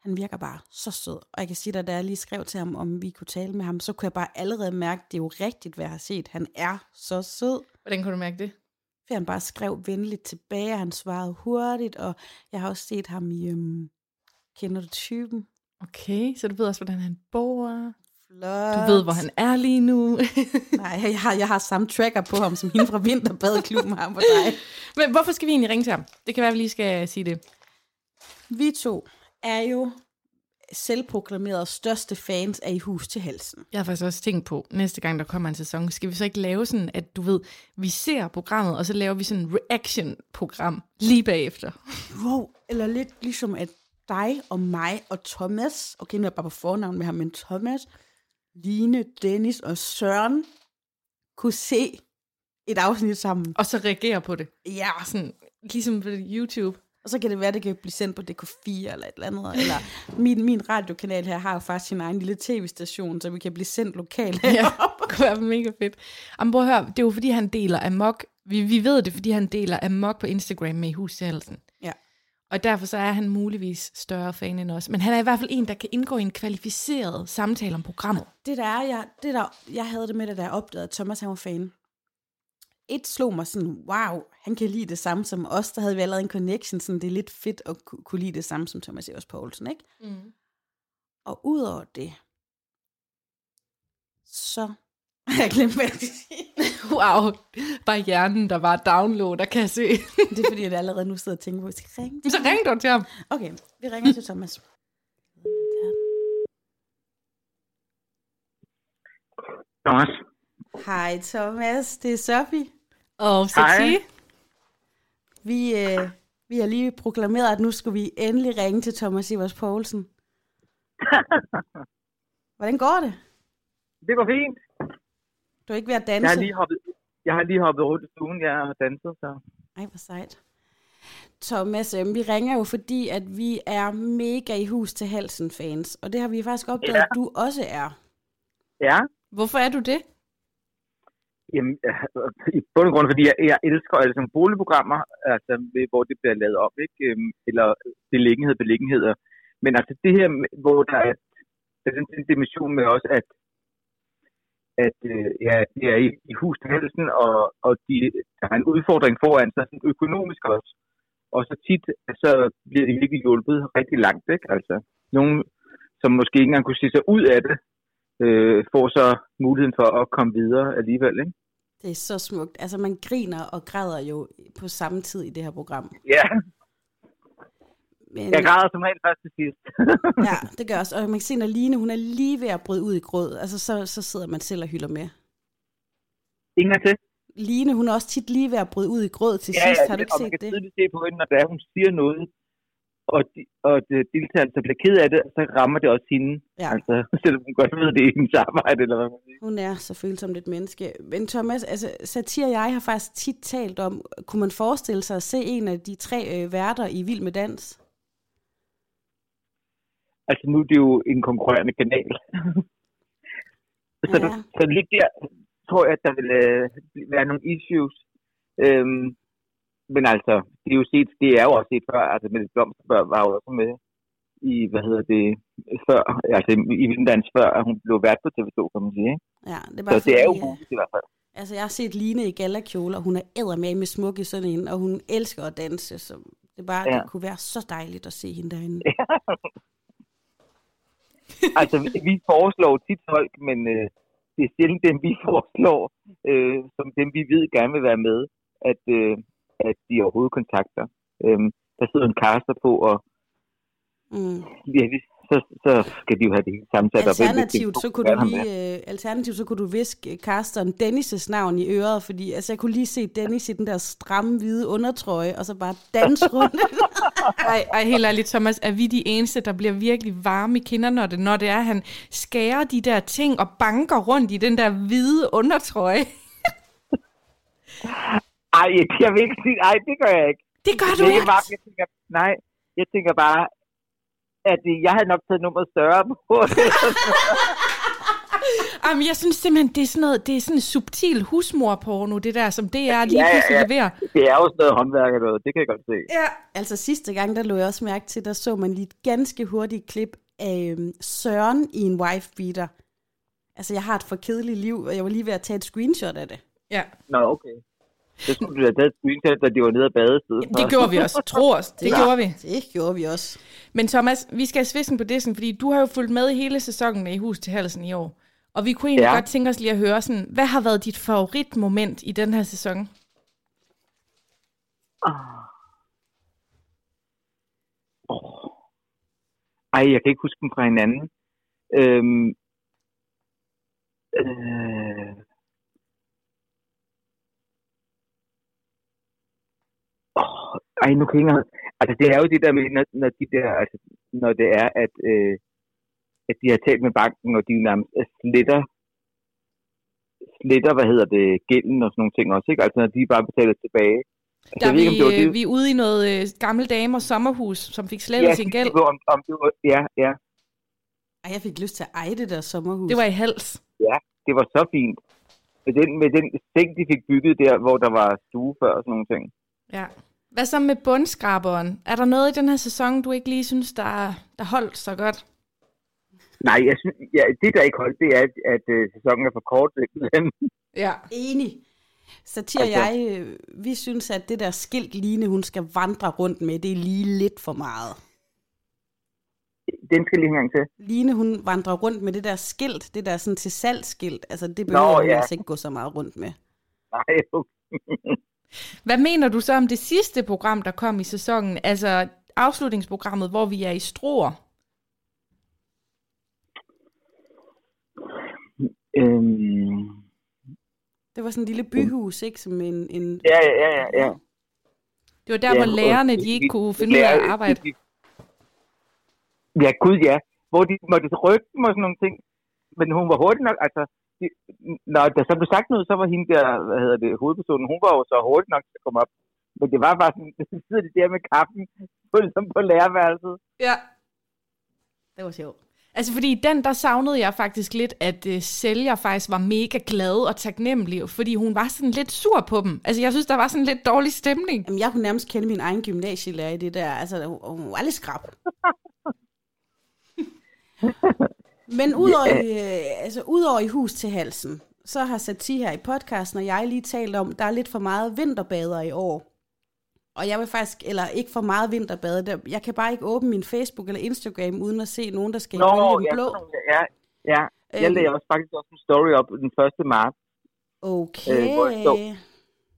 S1: han virker bare så sød. Og jeg kan sige dig, da jeg lige skrev til ham, om vi kunne tale med ham, så kunne jeg bare allerede mærke, det er jo rigtigt, hvad jeg har set. Han er så sød.
S2: Hvordan kunne du mærke det?
S1: For han bare skrev venligt tilbage, og han svarede hurtigt, og jeg har også set ham i, øhm, kender du typen?
S2: Okay, så du ved også, hvordan han bor.
S1: Flot.
S2: Du ved, hvor han er lige nu.
S1: Nej, jeg har, jeg har samme tracker på ham, som hende fra Vinterbadeklubben har på dig.
S2: Men hvorfor skal vi egentlig ringe til ham? Det kan være, at vi lige skal sige det.
S1: Vi to er jo selvproklamerede største fans af I hus til halsen.
S2: Jeg har faktisk også tænkt på, næste gang der kommer en sæson, skal vi så ikke lave sådan, at du ved, vi ser programmet, og så laver vi sådan en reaction-program lige bagefter.
S1: Wow, eller lidt ligesom at dig og mig og Thomas, okay, nu er jeg bare på fornavn med ham, men Thomas, Line, Dennis og Søren kunne se et afsnit sammen.
S2: Og så reagere på det.
S1: Ja,
S2: Sådan, ligesom på YouTube.
S1: og så kan det være, at det kan blive sendt på DK4 eller et eller andet. Eller min, min radiokanal her har jo faktisk sin egen lille tv-station, så vi kan blive sendt lokalt.
S2: Ja, det kunne være mega fedt. Jamen, prøv at høre, det er jo fordi, han deler amok. Vi, vi ved det, fordi han deler amok på Instagram med i hus til halsen.
S1: Ja.
S2: Og derfor så er han muligvis større fan end os. Men han er i hvert fald en, der kan indgå i en kvalificeret samtale om programmet.
S1: det der er, jeg, det der, jeg havde det med, da jeg opdagede, at Thomas han var fan. Et slog mig sådan, wow, han kan lide det samme som os, der havde vi allerede en connection, sådan det er lidt fedt at ku- kunne lide det samme som Thomas Evers Poulsen, ikke?
S2: Mm.
S1: Og udover det, så har jeg glemt, hvad jeg skulle sige.
S2: Wow, bare hjernen, der var download, der kan jeg se.
S1: Det er fordi, jeg allerede nu sidder og tænker på, at jeg skal ringe.
S2: så ring dog til ham.
S1: Okay, vi ringer til Thomas.
S4: Thomas.
S1: Hej Thomas, det er Sofie.
S2: Og
S4: Hej.
S2: sexy.
S1: Vi, øh, vi har lige proklameret, at nu skal vi endelig ringe til Thomas Ivers Poulsen. Hvordan går det?
S4: Det går fint.
S1: Du er ikke ved at
S4: Jeg
S1: danse?
S4: har lige hoppet, jeg har lige hoppet rundt i stuen, jeg har danset, så
S1: Ej, hvor sejt. Thomas, øh, vi ringer jo, fordi at vi er mega i hus til halsen fans, og det har vi faktisk opdaget,
S4: Ja.
S1: at du også er.
S4: ja.
S2: Hvorfor er du det?
S4: Jamen, øh, i bund og grund, fordi jeg, jeg elsker alle sådan nogle boligprogrammer, altså, med- hvor det bliver lavet op, ikke? Øhm, Eller beliggenhed, beliggenheder. Men altså det her, med- hvor der er, der er sådan en dimension med også, at, at øh, ja, det er i, i hus til halsen, og, og de, der er en udfordring foran sig, sådan økonomisk også. Og så tit, så bliver de virkelig hjulpet rigtig langt, ikke? Altså, nogen, som måske ikke engang kunne se sig ud af det, øh, får så muligheden for at komme videre alligevel, ikke?
S1: Det er så smukt. Altså, man griner og græder jo på samme tid i det her program.
S4: Ja,
S1: Men,
S4: jeg græder som regel først til sidst.
S1: Ja, det gør også. Og man kan se, når Line, hun er lige ved at bryde ud i gråd, altså så, så sidder man selv og hylder med.
S4: Ingen til.
S1: Line, hun er også tit lige ved at bryde ud i gråd til sidst. har du ikke
S4: og man
S1: set
S4: kan
S1: det?
S4: tydeligt se på hende, når det er, hun siger noget, og, de, og de, deltagerne så bliver ked af det, så rammer det også hende.
S1: Ja.
S4: Altså, selvom hun godt ved, det er hendes arbejde, eller hvad man siger.
S1: Hun er så følsom et menneske. Men Thomas, altså, Satir og jeg har faktisk tit talt om, kunne man forestille sig at se en af de tre øh, værter i Vild med Dans?
S4: Altså, nu er det jo en konkurrerende kanal. så,
S1: Ja.
S4: ja. så lige der tror jeg, at der vil øh, være nogle issues. Øhm, men altså, det er jo set, det er jo også set før, altså Mette Blomsterbørn var jo også med i, hvad hedder det, før, altså i Vindens før, at hun blev vært på TV2, kan man sige, ikke?
S1: Ja, det er
S4: Så
S1: bare
S4: det er jo
S1: fordi,
S4: muligt i hvert fald.
S1: øh, Altså, jeg har set Line i galakjole, og hun er eddermame med smuk i sådan en, og hun elsker at danse, så det, er bare,
S4: Ja.
S1: det kunne være så dejligt at se hende derinde.
S4: Altså, vi- vi foreslår tit folk, men øh, det er sjældent dem, vi foreslår, øh, som dem, vi ved gerne vil være med, at, øh, at de overhovedet kontakter. Øhm, der sidder en kaster på, og
S1: Mm.
S4: ja, vi- så, så skal de jo have det hele samtale.
S1: Alternativt, så kunne du lige, øh, alternativt, så kunne du viske Carsten Dennis' navn i øret, fordi altså, jeg kunne lige se Dennis i den der stramme, hvide undertrøje, og så bare danse rundt.
S2: Ej, ej, helt ærligt, Thomas, er vi de eneste, der bliver virkelig varme i kinderne, når det, når det er, at han skærer de der ting og banker rundt i den der hvide undertrøje?
S4: Ej, jeg vil ikke sige, ej, det gør jeg ikke.
S2: Det gør du
S4: Det er
S2: ikke!
S4: bare, jeg tænker, nej, jeg tænker bare, at øh, jeg havde nok taget nummeret større på det.
S2: Jamen, jeg synes simpelthen, det er sådan noget, det er sådan en subtil husmorporno, det der, som DR lige ja,
S4: Ja, ja,
S2: pludselig
S4: ja.
S2: leverer.
S4: Det er jo sådan noget håndværk og noget, det kan jeg godt se.
S2: Ja.
S1: altså sidste gang, der lå jeg også mærke til, der så man lige et ganske hurtigt klip af øhm, Søren i en wife beater. Altså, jeg har et for kedeligt liv, og jeg var lige ved at tage et screenshot af det.
S2: ja.
S4: Nå, okay. Så skulle du da have taget screenshot, da de var nede og bade i stedet.
S2: Det gjorde vi også. Tro os, det gjorde vi.
S1: Det gjorde vi også.
S2: Men Thomas, vi skal have svisken på dissen, fordi du har jo fulgt med i hele sæsonen med i Hus til Halsen i år. Og vi kunne egentlig ja.
S4: Ja.
S2: godt tænke os lige at høre, sådan, hvad har været dit favoritmoment i den her sæson?
S4: Ah. Åh. Ej, jeg kan ikke huske dem fra hinanden. Øhm, øh. oh, ej, nu kan jeg ikke engang- Altså, det er jo det der med, når, når, de der, altså, når det er, at, øh, at de har talt med banken, og de nærmest øh, sletter, sletter, hvad hedder det, gælden og sådan nogle ting også, ikke? Altså, når de bare betaler tilbage. Altså,
S2: Der
S4: jeg ved ikke, om det var
S2: vi, øh,
S4: det.
S2: vi er ude i noget øh, gamle damer sommerhus, som fik slettet
S4: ja,
S2: sin
S4: det
S2: gæld.
S4: var Om, om det var, ja, ja,
S1: Ej, jeg fik lyst til at eje det der sommerhus.
S2: Det var i hals.
S4: det var så fint. Med den, med den seng, de fik bygget der, hvor der var stue før og sådan nogle ting.
S2: Ja. Hvad så med bundskraberen? Er der noget i den her sæson, du ikke lige synes, der, der holdt så godt?
S4: Nej, jeg synes, ja, det der ikke holdt, det er, at, at øh, sæsonen er for kort. simpelthen.
S2: Ja.
S1: Enig. Satir og
S4: Altså-
S1: jeg, øh, vi synes, at det der skilt Line, hun skal vandre rundt med, det er lige lidt for meget.
S4: den skal lige en gang til.
S1: Line, hun vandrer rundt med det der skilt, det der sådan til salgsskilt. Altså, det
S4: Nå,
S1: behøver hun
S4: ja.
S1: altså ikke gå så meget rundt med.
S4: Nej, okay.
S2: Hvad mener du så om det sidste program, der kom i sæsonen? Altså afslutningsprogrammet, hvor vi er i stroer.
S4: Øhm,
S1: Det var sådan en lille byhus, ikke? Som en, en...
S4: ja, ja, ja, ja, ja.
S2: Det var der, ja, hvor
S4: Ja,
S2: lærerne
S4: og-
S2: de ikke
S4: vi-
S2: kunne finde ud af at
S4: lærer-
S2: arbejde.
S4: de- Ja, gud ja. Hvor de måtte rykke dem og sådan nogle ting. Men hun var hurtig nok, altså... De, når der så blev sagt noget, så var hende der, hvad hedder det, hovedpersonen, hun var jo så hurtig nok til at komme op. Men det var bare sådan, så sidder de der med kaffen, på, som på lærerværelset.
S2: Ja.
S1: Det var sjovt.
S2: Altså fordi i den, der savnede jeg faktisk lidt, at øh, sælger faktisk var mega glad og taknemmelig, fordi hun var sådan lidt sur på dem. Altså jeg synes, der var sådan lidt dårlig stemning.
S1: Jamen, jeg kunne nærmest kende min egen gymnasielærer i det der. Altså, hun, hun var lidt skrab. Men udover, yeah. øh, altså, udover i hus til halsen, så har Sati her i podcasten, og jeg lige talt om, der er lidt for meget vinterbader i år. Og jeg vil faktisk, eller ikke for meget vinterbader, der- jeg kan bare ikke åbne min Facebook eller Instagram, uden at se nogen, der skal i den
S4: ja,
S1: blå.
S4: sådan nogle- ja, ja. Jeg
S1: Øhm.
S4: lagde også faktisk også en story op den 1. marts,
S1: Okay.
S4: Øh, hvor jeg står.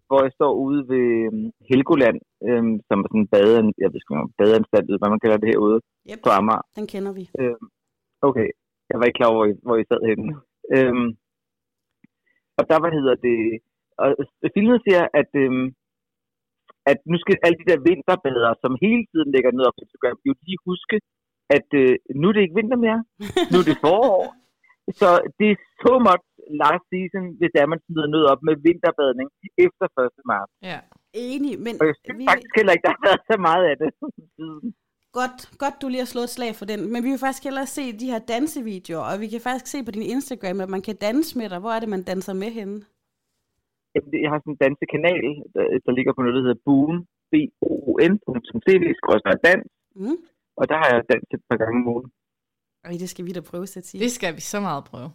S4: hvor jeg står ude ved øhm, Helgoland, øhm, som er sådan en badean, jeg ved sgu ikke, om badeanstalt, eller hvad man kalder det herude
S1: Yep,
S4: på Amager.
S1: den kender vi.
S4: Øhm, okay, jeg var ikke klar over, hvor I, hvor I sad henne. Øhm, og der, hvad hedder det, og filmen siger, at, øhm, at nu skal alle de der vinterbader, som hele tiden ligger ned op på Instagram, jo lige huske, at øh, nu er det ikke vinter mere, nu er det forår. Så det er so much last season, hvis det er, man smider noget op med vinterbadning efter 1. marts.
S2: Ja.
S1: Enig, men
S4: Og jeg synes faktisk heller ikke, der har været så meget af det siden.
S1: Godt, godt, du lige har slået et slag for den. Men vi vil faktisk hellere se de her dansevideoer, og vi kan faktisk se på din Instagram, at man kan danse med dig. Hvor er det, man danser med henne?
S4: Jamen, det- jeg har sådan en dansekanal, der, der ligger på noget, der hedder Boom, b o n .tv, dans,
S1: Mm.
S4: og der har jeg danset et par gange om ugen.
S1: Ej, det skal vi da prøve, Satie.
S2: Det skal vi så meget prøve.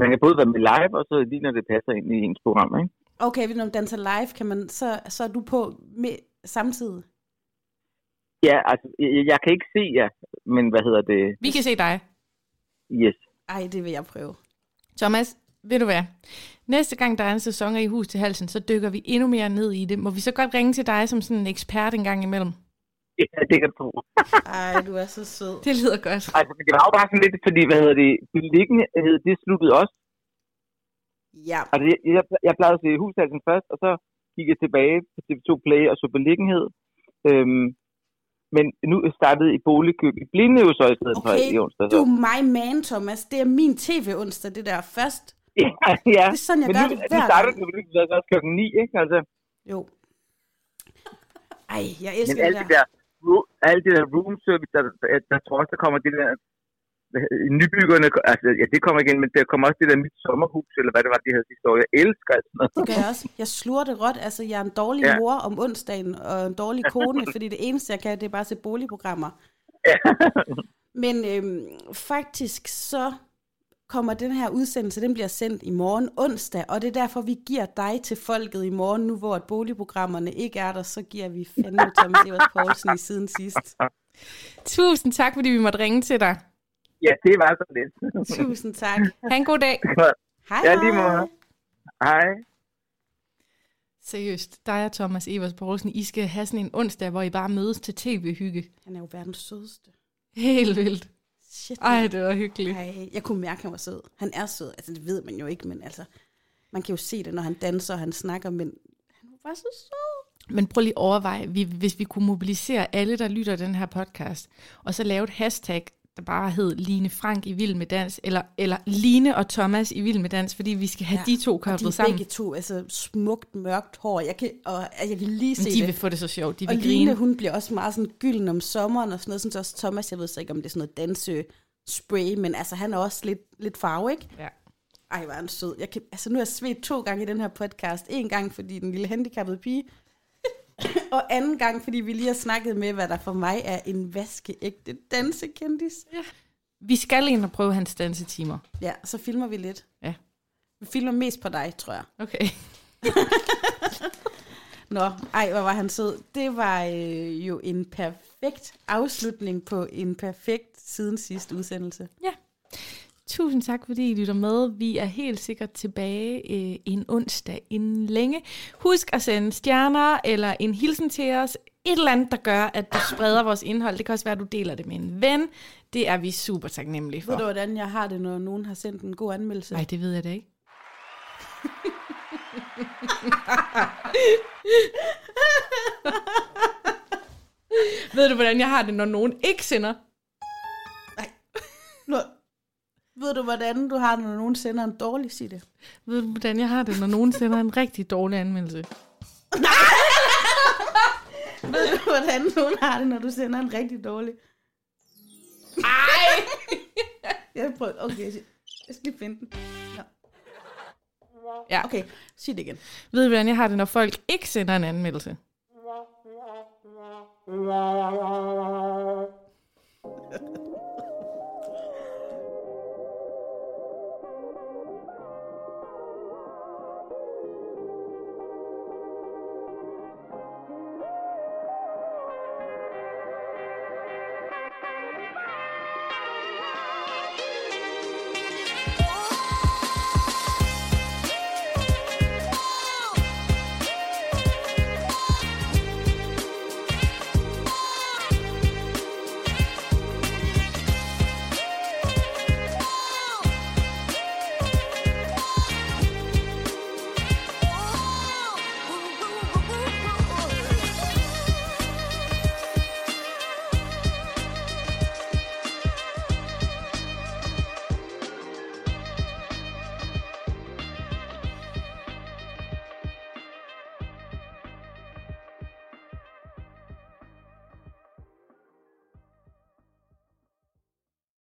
S4: Man kan både være med live, og så lige når det passer ind i ens program, ikke?
S1: Okay, hvis man danser live, kan man, så, så er du på med samtidig.
S4: Ja, altså, jeg, jeg kan ikke se jer, men hvad hedder det?
S2: Vi kan se dig.
S4: Yes.
S1: Ej, det vil jeg prøve.
S2: Thomas, ved du hvad? Næste gang, der er en sæson af i hus til halsen, så dykker vi endnu mere ned i det. Må vi så godt ringe til dig som sådan en ekspert en gang imellem?
S4: Ja, det kan du tro.
S1: Ej, du er så sød.
S2: Det lyder godt.
S4: Altså, men det var jo bare sådan lidt, fordi, hvad hedder det, beliggenhed, det sluttede også.
S1: Ja,
S4: Altså, jeg, jeg, jeg plejede at se hushalsen først, og så gik jeg tilbage på TV2 Play og så beliggenhed. Øhm, men nu startede i boligkøb i blinde jo så i stedet for
S1: okay,
S4: i onsdag.
S1: du er my man, Thomas. Det er min tv-onsdag, det der først.
S4: Ja, ja.
S1: Det er sådan, jeg
S4: men
S1: gør
S4: nu,
S1: det
S4: nu
S1: hver
S4: starter
S1: gang.
S4: det, fordi det er klokken 9, ikke? Altså,
S1: Jo. Ej, jeg
S4: men
S1: elsker
S4: alt
S1: det
S4: det
S1: der.
S4: der, ru- alt det der room service, der, der, der tror også, der kommer det der, øh, nybyggerne, altså ja, det kommer igen, men der kommer også det der mit sommerhus, eller hvad det var, de havde sidste år. Jeg elsker alt sådan noget.
S1: Det gør jeg også. Jeg slurter det råt. Altså, jeg er en dårlig
S4: Ja.
S1: mor om onsdagen, og en dårlig kone, fordi det eneste, jeg kan, det er bare se boligprogrammer.
S4: Ja.
S1: Men øhm, faktisk så kommer den her udsendelse, den bliver sendt i morgen onsdag, og det er derfor, vi giver dig til folket i morgen, nu hvor at boligprogrammerne ikke er der, så giver vi fandme Thomas Evers Poulsen i siden sidst.
S2: Tusind tak, fordi vi måtte ringe til dig.
S4: ja, det var så lidt.
S1: Tusind tak.
S2: Ha' en god dag.
S1: Hej,
S4: ja, lige måde.
S1: hej.
S4: Hej.
S2: Seriøst, dig og Thomas Evers Poulsen, I skal have sådan en onsdag, hvor I bare mødes til tv-hygge.
S1: Han er jo verdens sødeste.
S2: Helt vildt.
S1: Shit.
S2: Ej, det var hyggeligt.
S1: Ej, jeg kunne mærke, at han var sød. Han er sød. Altså, det ved man jo ikke, men altså, man kan jo se det, når han danser, og han snakker, men han var bare så sød.
S2: Men prøv lige at overveje, vi, hvis vi kunne mobilisere alle, der lytter den her podcast, og så lave et hashtag, der bare hed Line Frank i Vild med Dans, eller, eller Line og Thomas i Vild med Dans, fordi vi skal have ja, de to
S1: og de er
S2: koblet sammen.
S1: begge to, altså smukt, mørkt hår. Jeg kan, og, altså, jeg kan lige se
S2: Men de vil
S1: det.
S2: få det så sjovt, de
S1: Og
S2: vil
S1: Line,
S2: grine.
S1: hun bliver også meget sådan gylden om sommeren og sådan noget. Sådan så også Thomas, jeg ved så ikke, om det er sådan noget danse spray, men altså, han er også lidt, lidt farve, ikke?
S2: Ja.
S1: Ej, var han sød. Jeg kan, altså, nu har jeg svedt to gange i den her podcast. En gang, fordi den lille handicappede pige, og anden gang, fordi vi lige har snakket med, hvad der for mig er en vaskeægte dansekendis.
S2: Vi skal ind og prøve hans dansetimer.
S1: Ja, så filmer vi lidt.
S2: Ja.
S1: Vi filmer mest på dig, tror jeg.
S2: Okay.
S1: Nå, ej, hvor var han sød. Det var øh, jo en perfekt afslutning på en perfekt siden sidste udsendelse.
S2: Tusind tak, fordi I lytter med. Vi er helt sikkert tilbage øh, en onsdag inden længe. Husk at sende stjerner eller en hilsen til os. Et eller andet, der gør, at du spreder vores indhold. Det kan også være, at du deler det med en ven. Det er vi super taknemmelige
S1: Ved du,
S2: for.
S1: hvordan jeg har det, når nogen har sendt en god anmeldelse?
S2: Nej, det ved jeg da ikke. ved du, hvordan jeg har det, når nogen ikke sender?
S1: Nu, ved du, hvordan du har det, når nogen sender en dårlig, sig det.
S2: Ved du, hvordan jeg har det, når nogen sender en rigtig dårlig anmeldelse?
S1: Ved du, hvordan nogen har det, når du sender en rigtig dårlig? Ej! jeg prøver. Okay, jeg skal lige finde den. Nå.
S2: Ja.
S1: Okay, sig det igen.
S2: Ved du, hvordan jeg har det, når folk ikke sender en anmeldelse?